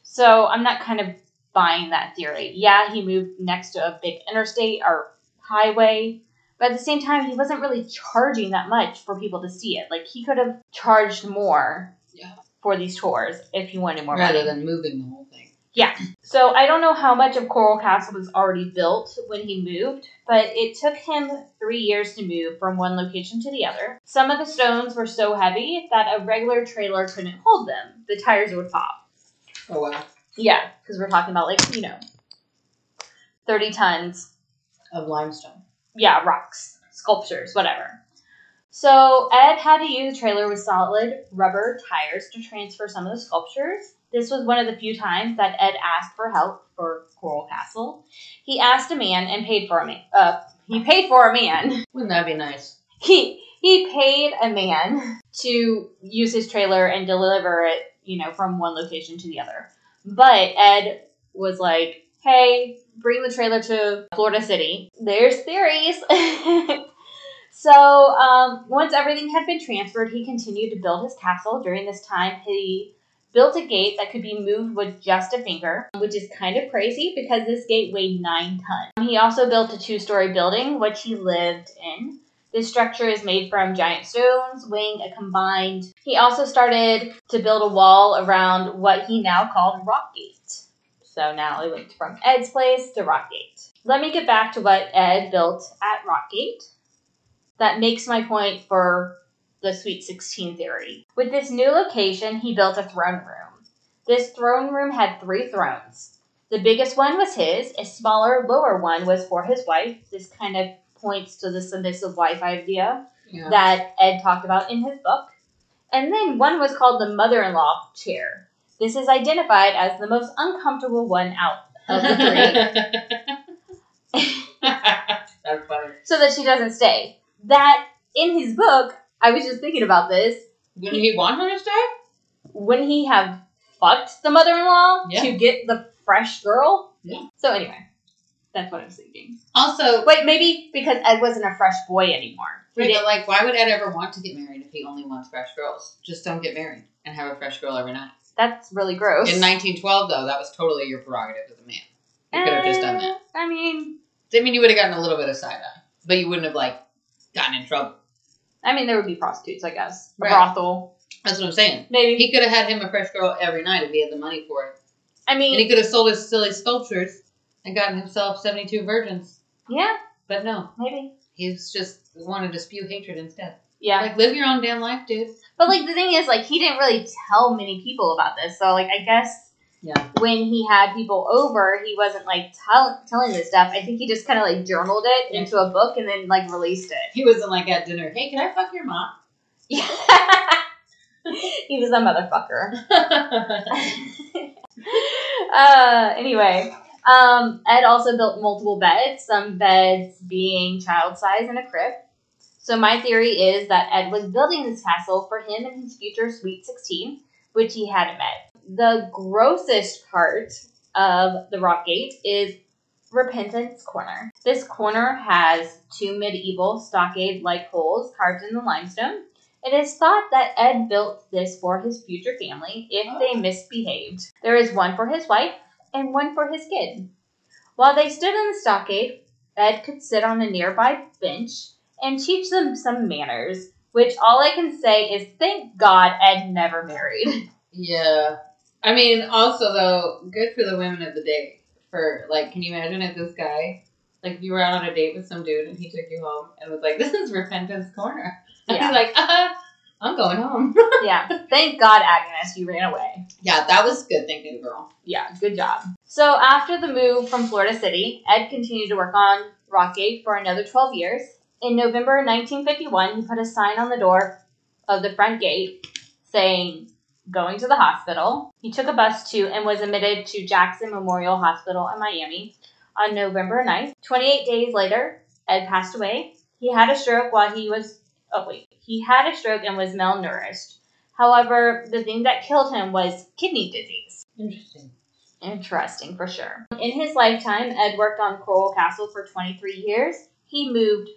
Speaker 2: So I'm not kind of buying that theory. Yeah, he moved next to a big interstate or highway, but at the same time, he wasn't really charging that much for people to see it. Like he could have charged more
Speaker 1: Yeah.
Speaker 2: for these tours if he wanted more
Speaker 1: Rather
Speaker 2: money.
Speaker 1: than moving the whole thing.
Speaker 2: so I don't know how much of Coral Castle was already built when he moved, but it took him three years to move from one location to the other. Some of the stones were so heavy that a regular trailer couldn't hold them. The tires would pop.
Speaker 1: Oh, wow.
Speaker 2: Yeah, because we're talking about like, you know, 30 tons
Speaker 1: Of limestone.
Speaker 2: yeah, rocks, sculptures, whatever. So Ed had to use a trailer with solid rubber tires to transfer some of the sculptures. This was one of the few times that Ed asked for help for Coral Castle. He asked a man and paid for a man. Uh, he paid for a man.
Speaker 1: Wouldn't that be nice?
Speaker 2: He he paid a man to use his trailer and deliver it, you know, from one location to the other. But Ed was like, "Hey, bring the trailer to Florida City." There's theories. so um, once everything had been transferred, he continued to build his castle. During this time, he built a gate that could be moved with just a finger, which is kind of crazy because this gate weighed nine tons. He also built a two-story building, which he lived in. This structure is made from giant stones, weighing a combined. He also started to build a wall around what he now called Rockgate. So now it went from Ed's place to Rockgate. Let me get back to what Ed built at Rockgate. That makes my point for the Sweet 16 theory. With this new location, he built a throne room. This throne room had three thrones. The biggest one was his, a smaller, lower one was for his wife. This kind of points to the submissive wife idea
Speaker 1: Yeah.
Speaker 2: that Ed talked about in his book. And then one was called the mother in law chair. This is identified as the most uncomfortable one out of the three.
Speaker 1: That's funny.
Speaker 2: so that she doesn't stay. That in his book, I was just thinking about this.
Speaker 1: Wouldn't he want her to stay?
Speaker 2: Wouldn't he have fucked the mother in law
Speaker 1: Yeah.
Speaker 2: to get the fresh girl?
Speaker 1: Yeah.
Speaker 2: So anyway, that's what I was thinking.
Speaker 1: Also,
Speaker 2: Wait, maybe because Ed wasn't a fresh boy anymore. He
Speaker 1: Right,
Speaker 2: didn't-
Speaker 1: but like, why would Ed ever want to get married if he only wants fresh girls? Just don't get married and have a fresh girl every night.
Speaker 2: That's really gross.
Speaker 1: In 1912, though, that was totally your prerogative as a man. You could have just done that.
Speaker 2: Uh, I mean,
Speaker 1: I mean, you would have gotten a little bit of side eye, but you wouldn't have like gotten in trouble.
Speaker 2: I mean, there would be prostitutes, I guess. A
Speaker 1: Right.
Speaker 2: brothel,
Speaker 1: That's what I'm saying.
Speaker 2: maybe.
Speaker 1: He could have had him a fresh girl every night if he had the money for it,
Speaker 2: I mean,
Speaker 1: and he could have sold his silly sculptures and gotten himself 72 virgins.
Speaker 2: yeah,
Speaker 1: But no,
Speaker 2: maybe.
Speaker 1: he's just wanted to spew hatred instead.
Speaker 2: Yeah.
Speaker 1: Like, live your own damn life, dude.
Speaker 2: But like the thing is, like he didn't really tell many people about this. So like I guess
Speaker 1: Yeah.
Speaker 2: when he had people over, he wasn't like tell- telling this stuff. I think he just kind of like journaled it
Speaker 1: Yeah.
Speaker 2: into a book and then like released it.
Speaker 1: He wasn't like at dinner, hey, can I fuck your mom?
Speaker 2: Yeah. he was a motherfucker. uh, anyway, um, Ed also built multiple beds, some beds being child size in a crib. So my theory is that Ed was building this castle for him and his future Sweet 16, which he hadn't met. The grossest part of the Rock Gate is Repentance Corner. This corner has two medieval stockade like holes carved in the limestone. It is thought that Ed built this for his future family if they misbehaved. There is one for his wife and one for his kid. While they stood in the stockade, Ed could sit on a nearby bench and teach them some manners, which all I can say is thank God Ed never married.
Speaker 1: yeah. I mean, also, though, good for the women of the day. For, like, can you imagine if this guy, like, if you were out on a date with some dude and he took you home and was like, this is Repentance Corner? I'd
Speaker 2: Yeah.
Speaker 1: be like, uh, I'm going home.
Speaker 2: yeah, thank God, Agnes, you ran away.
Speaker 1: yeah, that was good. Thank you, girl.
Speaker 2: yeah, good job. So after the move from Florida City, Ed continued to work on Rockgate for another 12 years. In November 1951, he put a sign on the door of the front gate saying, going to the hospital. He took a bus to and was admitted to Jackson Memorial Hospital in Miami on November 9th. 28 days later, Ed passed away. He had a stroke while he was, oh wait, he had a stroke and was malnourished. However, the thing that killed him was kidney disease.
Speaker 1: Interesting.
Speaker 2: Interesting for sure. In his lifetime, Ed worked on Coral Castle for 23 years. He moved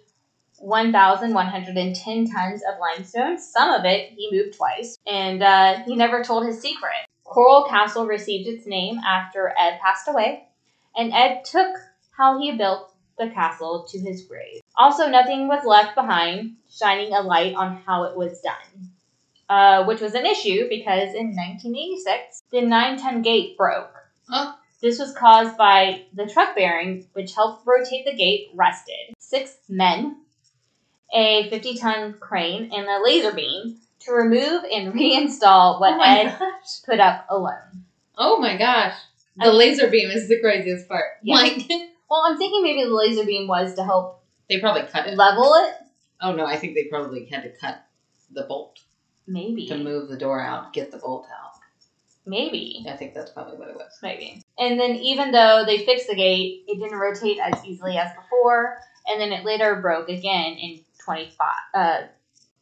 Speaker 2: 1,110 tons of limestone. Some of it he moved twice, and uh, he never told his secret. Coral Castle received its name after Ed passed away, and Ed took how he built the castle to his grave. Also, nothing was left behind, shining a light on how it was done, uh, which was an issue because in 1986, the 9 ton gate broke.
Speaker 1: Huh.
Speaker 2: This was caused by the truck bearing, which helped rotate the gate, rusted. Six men, a 50 ton crane, and a laser beam to remove and reinstall what
Speaker 1: oh my
Speaker 2: Ed
Speaker 1: gosh.
Speaker 2: put up alone.
Speaker 1: Oh my gosh. The
Speaker 2: I-
Speaker 1: laser beam is the craziest part.
Speaker 2: Yeah.
Speaker 1: Like,
Speaker 2: Well, I'm thinking maybe the laser beam was to help
Speaker 1: they probably cut it.
Speaker 2: level it.
Speaker 1: Oh no, I think they probably had to cut the bolt to
Speaker 2: Maybe.
Speaker 1: move the door out, get the bolt out.
Speaker 2: Maybe.
Speaker 1: I think that's probably what it was.
Speaker 2: Maybe. And then even though they fixed the gate, it didn't rotate as easily as before. And then it later broke again in 25, uh,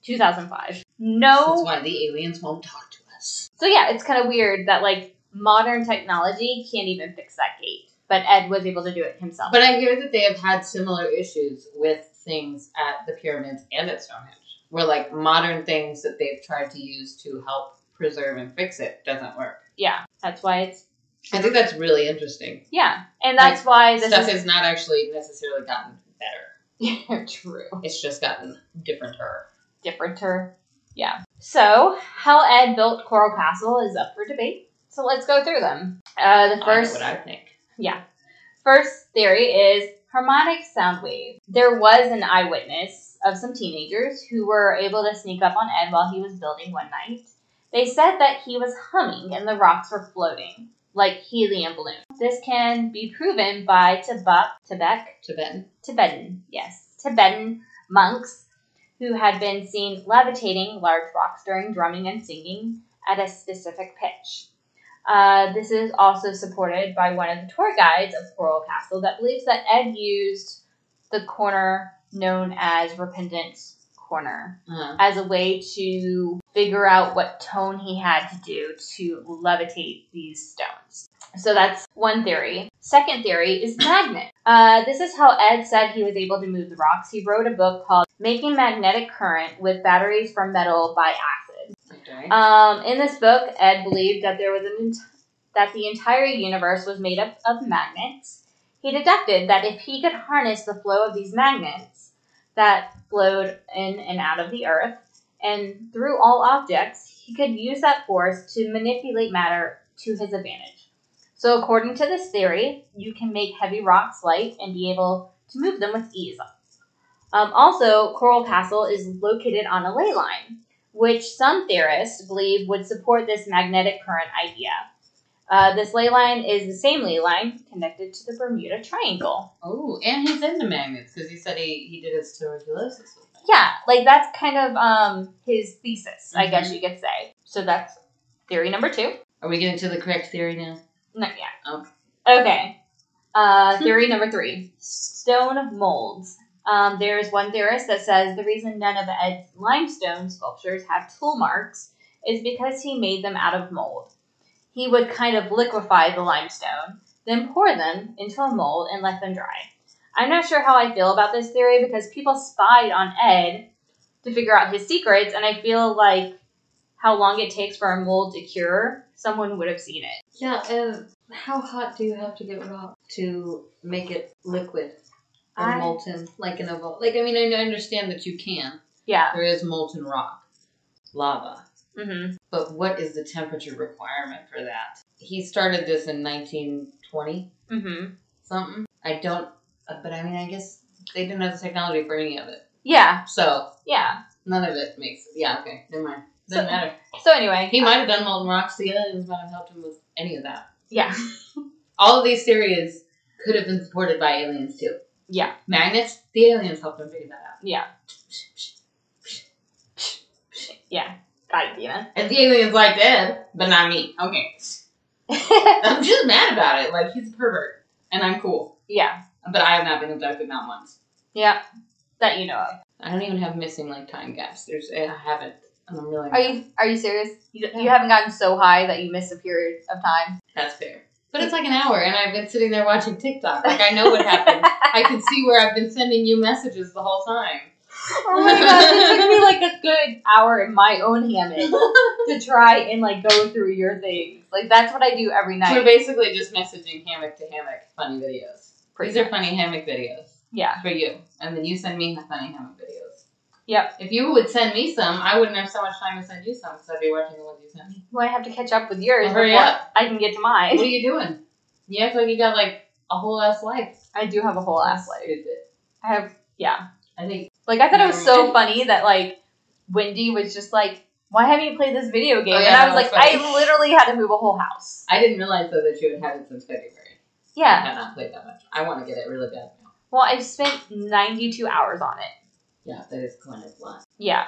Speaker 2: 2005. No.
Speaker 1: That's why the aliens won't talk to us.
Speaker 2: So yeah, it's kind of weird that like modern technology can't even fix that gate, but Ed was able to do it himself.
Speaker 1: But I hear that they have had similar issues with things at the pyramids and at Stonehenge, where like modern things that they've tried to use to help preserve and fix it doesn't work.
Speaker 2: yeah, that's why it's
Speaker 1: I think that's really interesting.
Speaker 2: yeah, and that's why this
Speaker 1: Stuff
Speaker 2: is
Speaker 1: has not actually necessarily gotten better.
Speaker 2: true.
Speaker 1: It's just gotten differenter.
Speaker 2: differenter. Yeah. So, how Ed built Coral Castle is up for debate. So let's go through them. Uh, the
Speaker 1: I know
Speaker 2: first
Speaker 1: what I think.
Speaker 2: first theory is harmonic sound wave. There was an eyewitness of some teenagers who were able to sneak up on Ed while he was building one night. They said that he was humming and the rocks were floating like helium balloons. This can be proven by Tebek, Tebek
Speaker 1: Tibetan.
Speaker 2: Tibetan, yes, Tibetan monks who had been seen levitating large rocks during drumming and singing at a specific pitch. Uh, this is also supported by one of the tour guides of Coral Castle that believes that Ed used the corner known as Repentance Corner
Speaker 1: Uh,
Speaker 2: as a way to figure out what tone he had to do to levitate these stones. So that's one theory. Second theory is magnet. Uh, this is how Ed said he was able to move the rocks. He wrote a book called Making Magnetic Current with Batteries from Metal by Acid.
Speaker 1: okay.
Speaker 2: Um, in this book, Ed believed that there was an ent- that the entire universe was made up of magnets. He deducted that if he could harness the flow of these magnets that flowed in and out of the Earth and through all objects, he could use that force to manipulate matter to his advantage. So, according to this theory, you can make heavy rocks light and be able to move them with ease. Um, also, Coral Castle is located on a ley line which some theorists believe would support this magnetic current idea. Uh, this ley line is the same ley line connected to the Bermuda Triangle.
Speaker 1: Oh, and he's into magnets because he said he, he did his tuberculosis with them.
Speaker 2: Yeah, like that's kind of um, his thesis, I guess
Speaker 1: Mhm.
Speaker 2: you could say. So that's theory number two.
Speaker 1: Are we getting to the correct theory now?
Speaker 2: Not yet.
Speaker 1: Okay.
Speaker 2: Okay. Uh, theory number three Stone of Molds. Um, there is one theorist that says the reason none of Ed's limestone sculptures have tool marks is because he made them out of mold. He would kind of liquefy the limestone, then pour them into a mold and let them dry. I'm not sure how I feel about this theory because people spied on Ed to figure out his secrets, and I feel like how long it takes for a mold to cure, someone would have seen it.
Speaker 1: Yeah, and how hot do you have to get rock to make it liquid or
Speaker 2: I-
Speaker 1: molten, like in a vol- like? I mean, I understand that you can.
Speaker 2: Yeah.
Speaker 1: There is molten rock, lava,
Speaker 2: Mm-hmm.
Speaker 1: but what is the temperature requirement for that? He started this in 1920
Speaker 2: Mm-hmm.
Speaker 1: something. I don't, uh, but I mean, I guess they didn't have the technology for any of it,
Speaker 2: Yeah.
Speaker 1: so
Speaker 2: Yeah.
Speaker 1: none of it makes. Yeah, okay, never mind. Doesn't
Speaker 2: So-
Speaker 1: matter.
Speaker 2: So anyway,
Speaker 1: He might have done molten rocks. The aliens might have helped him with any of that.
Speaker 2: Yeah.
Speaker 1: all of these theories could have been supported by aliens too.
Speaker 2: Yeah.
Speaker 1: Magnets, the aliens helped them figure that out.
Speaker 2: Yeah. Yeah. God damn
Speaker 1: And the aliens liked Ed, but not me. Okay.
Speaker 2: it.
Speaker 1: I'm just mad about it. Like, he's a pervert, and I'm cool.
Speaker 2: yeah.
Speaker 1: But I have not been abducted, not once.
Speaker 2: Yeah. That you know of.
Speaker 1: I don't even have missing, like, time gaps. There's, I haven't. And I'm really
Speaker 2: Are you Are you serious? You, you haven't gotten so high that you miss a period of time.
Speaker 1: That's fair. But it's like an hour, and I've been sitting there watching TikTok. Like, I know what happened. I can see where I've been sending you messages the whole time.
Speaker 2: Oh my god! It took me like a good hour in my own hammock to try and like go through your things. Like that's what I do every night.
Speaker 1: We're basically just messaging hammock to hammock funny videos.
Speaker 2: Pretty
Speaker 1: These are funny hammock videos
Speaker 2: Yeah.
Speaker 1: for you, and then you send me the funny hammock videos.
Speaker 2: Yep.
Speaker 1: If you would send me some, I wouldn't have so much time to send you some because I'd be watching the ones you sent me.
Speaker 2: Well, I have to catch up with yours.
Speaker 1: Well, hurry
Speaker 2: before
Speaker 1: up.
Speaker 2: I can get to
Speaker 1: What are
Speaker 2: mine.
Speaker 1: you doing? You act like you got like a whole ass life.
Speaker 2: I do have a whole ass life.
Speaker 1: Is it?
Speaker 2: I have. Yeah.
Speaker 1: I think
Speaker 2: Like I thought it was so
Speaker 1: Mhm.
Speaker 2: funny that like Wendy was just like, "Why haven't you played this video game?"
Speaker 1: Oh, yeah,
Speaker 2: and I
Speaker 1: that
Speaker 2: was
Speaker 1: was
Speaker 2: like,
Speaker 1: funny.
Speaker 2: "I literally had to move a whole house."
Speaker 1: I didn't realize though that you had had it since February. I
Speaker 2: Yeah.
Speaker 1: have not played that much. I want to get it really bad now.
Speaker 2: Well, I've spent ninety-two hours on it.
Speaker 1: Yeah, that is kind of fun.
Speaker 2: Yeah.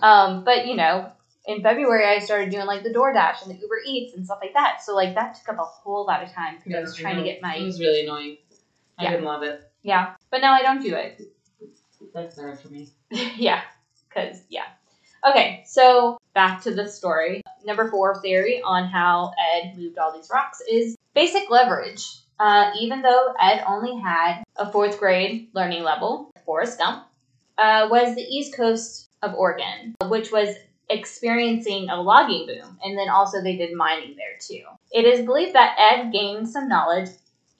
Speaker 2: Um, but you know, in February I started doing like the DoorDash and the Uber Eats and stuff like that. So like that took up a whole lot of time because I was trying to get
Speaker 1: It
Speaker 2: my
Speaker 1: was really annoying. I
Speaker 2: Yeah.
Speaker 1: didn't love it.
Speaker 2: yeah. But now I don't do it.
Speaker 1: That's better for me.
Speaker 2: yeah. Cause yeah. Okay, so back to the story. Number four theory on how Ed moved all these rocks is basic leverage. Uh, even though Ed only had a fourth grade learning level, Forrest Gump uh, was the east coast of Oregon, which was experiencing a logging boom, and then also they did mining there too. It is believed that Ed gained some knowledge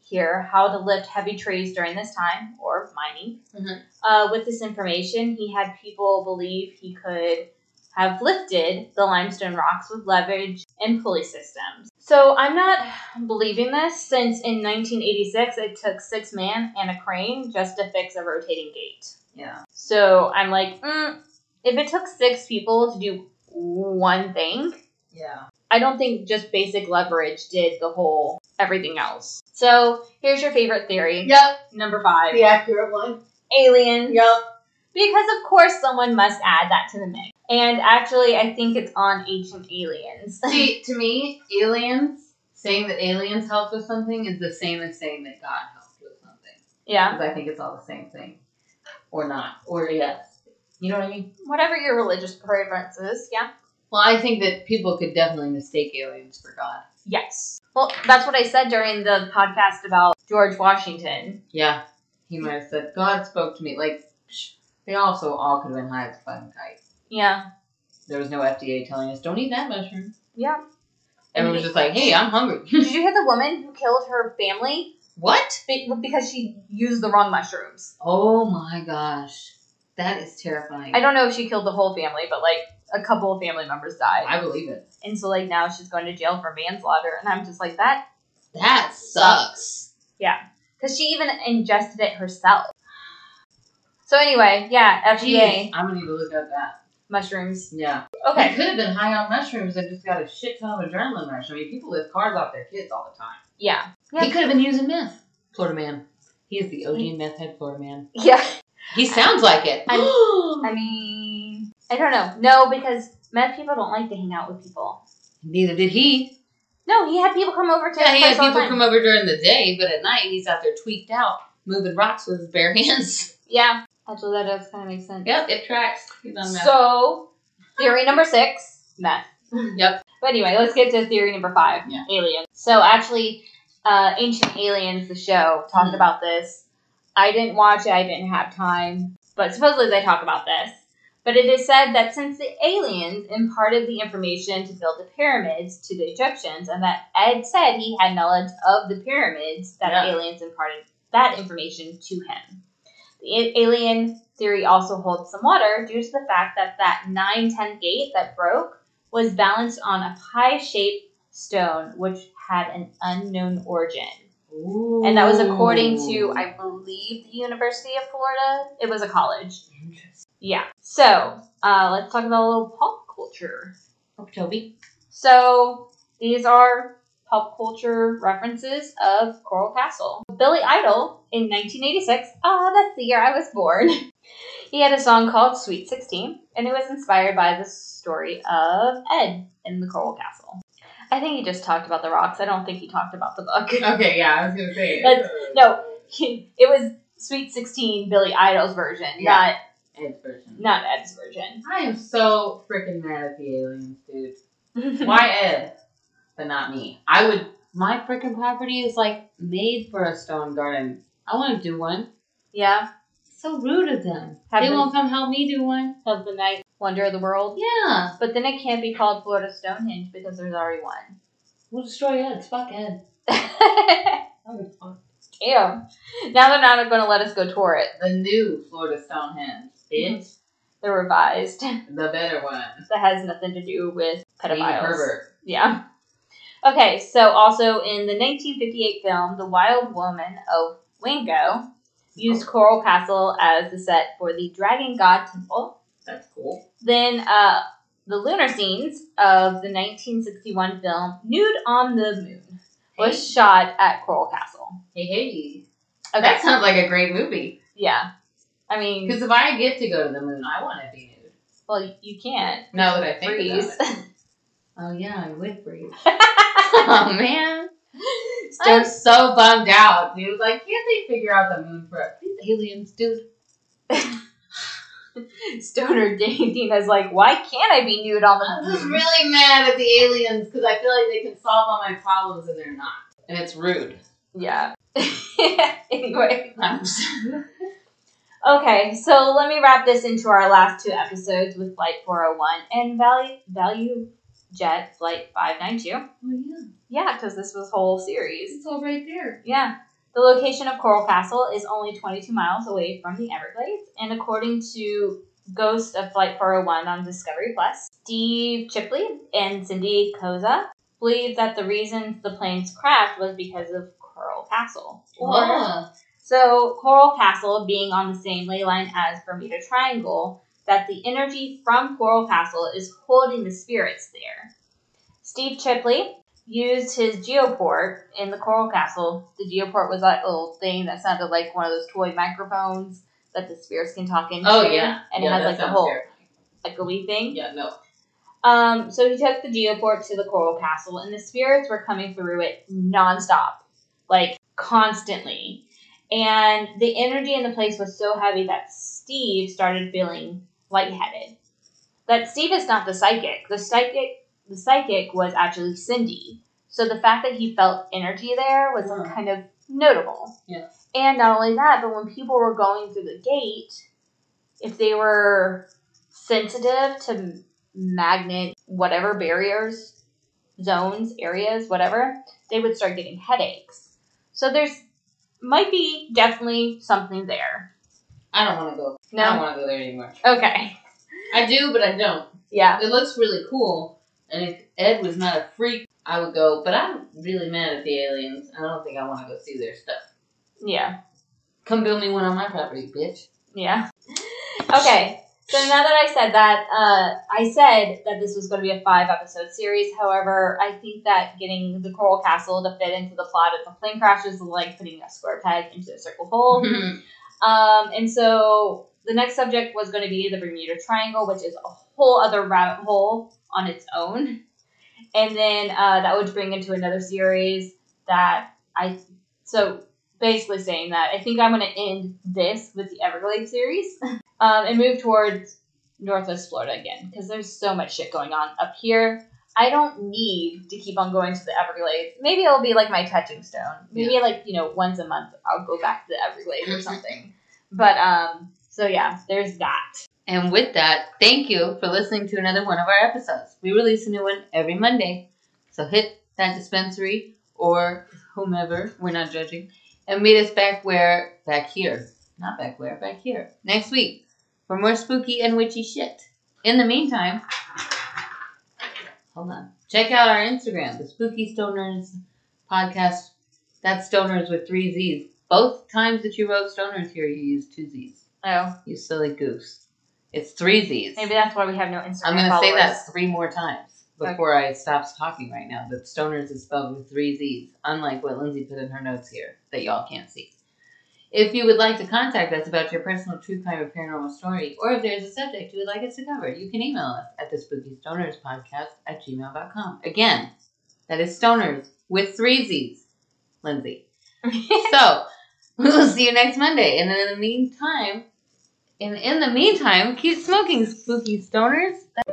Speaker 2: here how to lift heavy trees during this time or mining.
Speaker 1: Mhm.
Speaker 2: Uh, with this information, he had people believe he could have lifted the limestone rocks with leverage and pulley systems. So I'm not believing this since in 1986 it took six man and a crane just to fix a rotating gate.
Speaker 1: Yeah.
Speaker 2: So I'm like, mm, if it took six people to do one thing,
Speaker 1: Yeah.
Speaker 2: I don't think just basic leverage did the whole everything else. So here's your favorite theory.
Speaker 1: Yep.
Speaker 2: Number five.
Speaker 1: accurate one.
Speaker 2: Aliens.
Speaker 1: Yep.
Speaker 2: Because of course someone must add that to the mix. And actually I think it's on ancient aliens.
Speaker 1: See, to me, aliens saying that aliens helped with something is the same as saying that God helped with something.
Speaker 2: yeah.
Speaker 1: Because I think it's all the same thing, or not, or yes. You know what I mean?
Speaker 2: Whatever your religious preferences, yeah.
Speaker 1: Well, I think that people could definitely mistake aliens for God.
Speaker 2: Yes. Well, that's what I said during the podcast about George Washington.
Speaker 1: Yeah, he might have said God spoke to me. Like psh, they also all could have been high as a fucking kite.
Speaker 2: Yeah.
Speaker 1: There was no FDA telling us don't eat that mushroom.
Speaker 2: Yeah.
Speaker 1: Everyone was just like, hey, I'm hungry.
Speaker 2: Did you hear the woman who killed her family
Speaker 1: what?
Speaker 2: Be- because she used the wrong mushrooms.
Speaker 1: Oh my gosh, that is terrifying.
Speaker 2: I don't know if she killed the whole family, but like a couple of family members died.
Speaker 1: I believe it.
Speaker 2: And so like now she's going to jail for manslaughter and I'm just like that
Speaker 1: That sucks.
Speaker 2: cuz she even ingested it herself. So anyway, yeah,
Speaker 1: Jeez,
Speaker 2: FDA.
Speaker 1: I'm gonna need to look up that.
Speaker 2: mushrooms.
Speaker 1: Yeah. I
Speaker 2: Okay.
Speaker 1: could have been high on mushrooms and just got a shit ton of adrenaline rush. I mean, people lift cars off their kids all the time.
Speaker 2: Yeah.
Speaker 1: He could have been using meth. Florida man. He is the OG meth head Florida man.
Speaker 2: Yeah.
Speaker 1: He sounds like it.
Speaker 2: I'm- I mean, I don't know. No, because meth people don't like to hang out with people.
Speaker 1: Neither did he.
Speaker 2: No, he had people come over to
Speaker 1: Yeah,
Speaker 2: his
Speaker 1: he
Speaker 2: place
Speaker 1: had
Speaker 2: all the
Speaker 1: people
Speaker 2: time.
Speaker 1: come over during the day, but at night he's out there tweaked out, moving rocks with his bare hands.
Speaker 2: Yeah, actually, that does kind of make sense.
Speaker 1: Yep, it tracks. He's on meth.
Speaker 2: So, theory number six, meth.
Speaker 1: yep.
Speaker 2: But anyway, let's get to theory number five,
Speaker 1: Yeah.
Speaker 2: aliens. So actually, uh, Ancient Aliens, the show, talked
Speaker 1: Mhm.
Speaker 2: about this. I didn't watch it. I didn't have time. But supposedly they talk about this. But it is said that since the aliens imparted the information to build the pyramids to the Egyptians, and that Ed said he had knowledge of the pyramids, that
Speaker 1: Yeah.
Speaker 2: aliens imparted that information to him. The a- alien theory also holds some water due to the fact that that 910 gate that broke was balanced on a pie shaped stone, which had an unknown origin. And that was according to, I believe, the University of Florida. It was a college. Yeah. So uh, let's talk about a little pop culture.
Speaker 1: Oh, Toby.
Speaker 2: So these are pop culture references of Coral Castle. Billy Idol in 1986. Ah, that's the year I was born. he had a song called Sweet 16, and it was inspired by the story of Ed in the Coral Castle. I think he just talked about the rocks. I don't think he talked about the book.
Speaker 1: Okay, yeah, I was gonna say
Speaker 2: That's- no. it was Sweet 16, Billy Idol's version,
Speaker 1: Yeah. Ed's version.
Speaker 2: not not Ed's version.
Speaker 1: I am so freaking mad at the aliens, dude. Why Ed? But not me. I would. My freaking property is like made for a stone garden. I want to do one.
Speaker 2: yeah,
Speaker 1: So rude of them.
Speaker 2: Have
Speaker 1: they
Speaker 2: them-
Speaker 1: won't come help me do one.
Speaker 2: of the night wonder of the world.
Speaker 1: Yeah,
Speaker 2: But then it can't be called Florida Stonehenge because there's already one.
Speaker 1: we'll destroy Ed. Fuck Ed. Oh,
Speaker 2: Damn. Now they're not going to let us go tour it.
Speaker 1: The new Florida Stonehenge, bitch.
Speaker 2: The revised
Speaker 1: The better one.
Speaker 2: that has nothing to do with
Speaker 1: Amy
Speaker 2: pedophiles.
Speaker 1: Herbert.
Speaker 2: Yeah. Okay, so also in the 1958 film The Wild Woman of Wingo used Coral Castle as the set for the Dragon God Temple
Speaker 1: That's cool.
Speaker 2: Then uh, the lunar scenes of the 1961 film Nude on the Moon was
Speaker 1: Hey.
Speaker 2: shot at Coral Castle.
Speaker 1: Hey, hey.
Speaker 2: Okay.
Speaker 1: That sounds like a great movie.
Speaker 2: yeah. I mean,
Speaker 1: Because if I get to go to the moon, I want to be nude.
Speaker 2: well, you can't
Speaker 1: Now that I think about
Speaker 2: freeze.
Speaker 1: it. Oh yeah, I would breathe. oh man, I'm
Speaker 2: Stone-
Speaker 1: so bummed out, dude. Like, can't they figure out the moon for us? These aliens, dude.
Speaker 2: Stoner Dane- Dina's like, why can't I be nude on
Speaker 1: I'm
Speaker 2: the
Speaker 1: just
Speaker 2: moon?
Speaker 1: really mad at the aliens because I feel like they can solve all my problems and they're not, and it's rude.
Speaker 2: Yeah. anyway.
Speaker 1: I'm
Speaker 2: Okay, so let me wrap this into our last two episodes with Flight 401 and Value, Value Jet Flight 592.
Speaker 1: yeah,
Speaker 2: Yeah, because this was whole series.
Speaker 1: it's all right there.
Speaker 2: Yeah. The location of Coral Castle is only 22 miles away from the Everglades, and according to Ghost of Flight 401 on Discovery Plus, Steve Chipley and Cindy Koza believe that the reason the planes crashed was because of Coral Castle.
Speaker 1: Wow.
Speaker 2: So, Coral Castle being on the same ley line as Bermuda Triangle, that the energy from Coral Castle is holding the spirits there. Steve Chipley used his geoport in the Coral Castle. The geoport was that little thing that sounded like one of those toy microphones that the spirits can talk into.
Speaker 1: Oh yeah,
Speaker 2: And
Speaker 1: yeah,
Speaker 2: it has
Speaker 1: that
Speaker 2: like a
Speaker 1: sounds
Speaker 2: whole
Speaker 1: terrifying.
Speaker 2: echoey thing.
Speaker 1: Yeah, no.
Speaker 2: Um, so he took the geoport to the Coral Castle, and the spirits were coming through it nonstop, like constantly. And the energy in the place was so heavy that Steve started feeling lightheaded. That Steve is not the psychic. The psychic, the psychic was actually Cindy. So the fact that he felt energy there was
Speaker 1: Huh.
Speaker 2: kind of notable.
Speaker 1: Yeah.
Speaker 2: And not only that, but when people were going through the gate, if they were sensitive to magnet whatever barriers zones areas whatever they would start getting headaches so there's might be definitely something there
Speaker 1: I don't want to go. I don't
Speaker 2: no
Speaker 1: want to go there anymore.
Speaker 2: okay
Speaker 1: I do, but I don't.
Speaker 2: yeah
Speaker 1: It looks really cool, and if Ed was not a freak, I would go. But I'm really mad at the aliens. I don't think I want to go see their stuff.
Speaker 2: yeah
Speaker 1: Come build me one on my property, bitch.
Speaker 2: yeah okay So now that I said that, uh, I said that this was going to be a five episode series. However, I think that getting the Coral Castle to fit into the plot of the plane crashes is like putting a square peg into a circle hole. Um, and so the next subject was going to be the Bermuda Triangle, which is a whole other rabbit hole on its own. And then uh, that would bring into another series that I. So basically saying that I think I'm going to end this with the Everglades series um, and move towards Northwest Florida again because there's so much shit going on up here. I don't need to keep on going to the Everglades. Maybe it'll be like my touching stone. Maybe like you know once a month I'll go back to the Everglades or something. But um, so yeah, there's that.
Speaker 1: And with that, thank you for listening to another one of our episodes. We release a new one every Monday. So hit that dispensary or whomever, we're not judging, and meet us back where, back here. Not back where, back here. Next week for more spooky and witchy shit. In the meantime, hold on. Check out our Instagram, the Spooky Stoners Podcast. That's stoners with three Z's. Both times that you wrote stoners here, you used two Z's.
Speaker 2: Oh,
Speaker 1: You silly goose. It's three Z's.
Speaker 2: maybe that's why we have no Instagram.
Speaker 1: I'm going to
Speaker 2: followers.
Speaker 1: say that three more times before I stop talking right now. That stoners is spelled with three Z's, unlike what Lindsay put in her notes here that y'all can't see. If you would like to contact us about your personal true crime or paranormal story, or if there's a subject you would like us to cover, you can email us at the spooky stoners podcast at gmail.com. Again, that is stoners with three Z's, Lindsay. so we will see you next Monday. And in the meantime, and in the meantime, keep smoking, spooky stoners.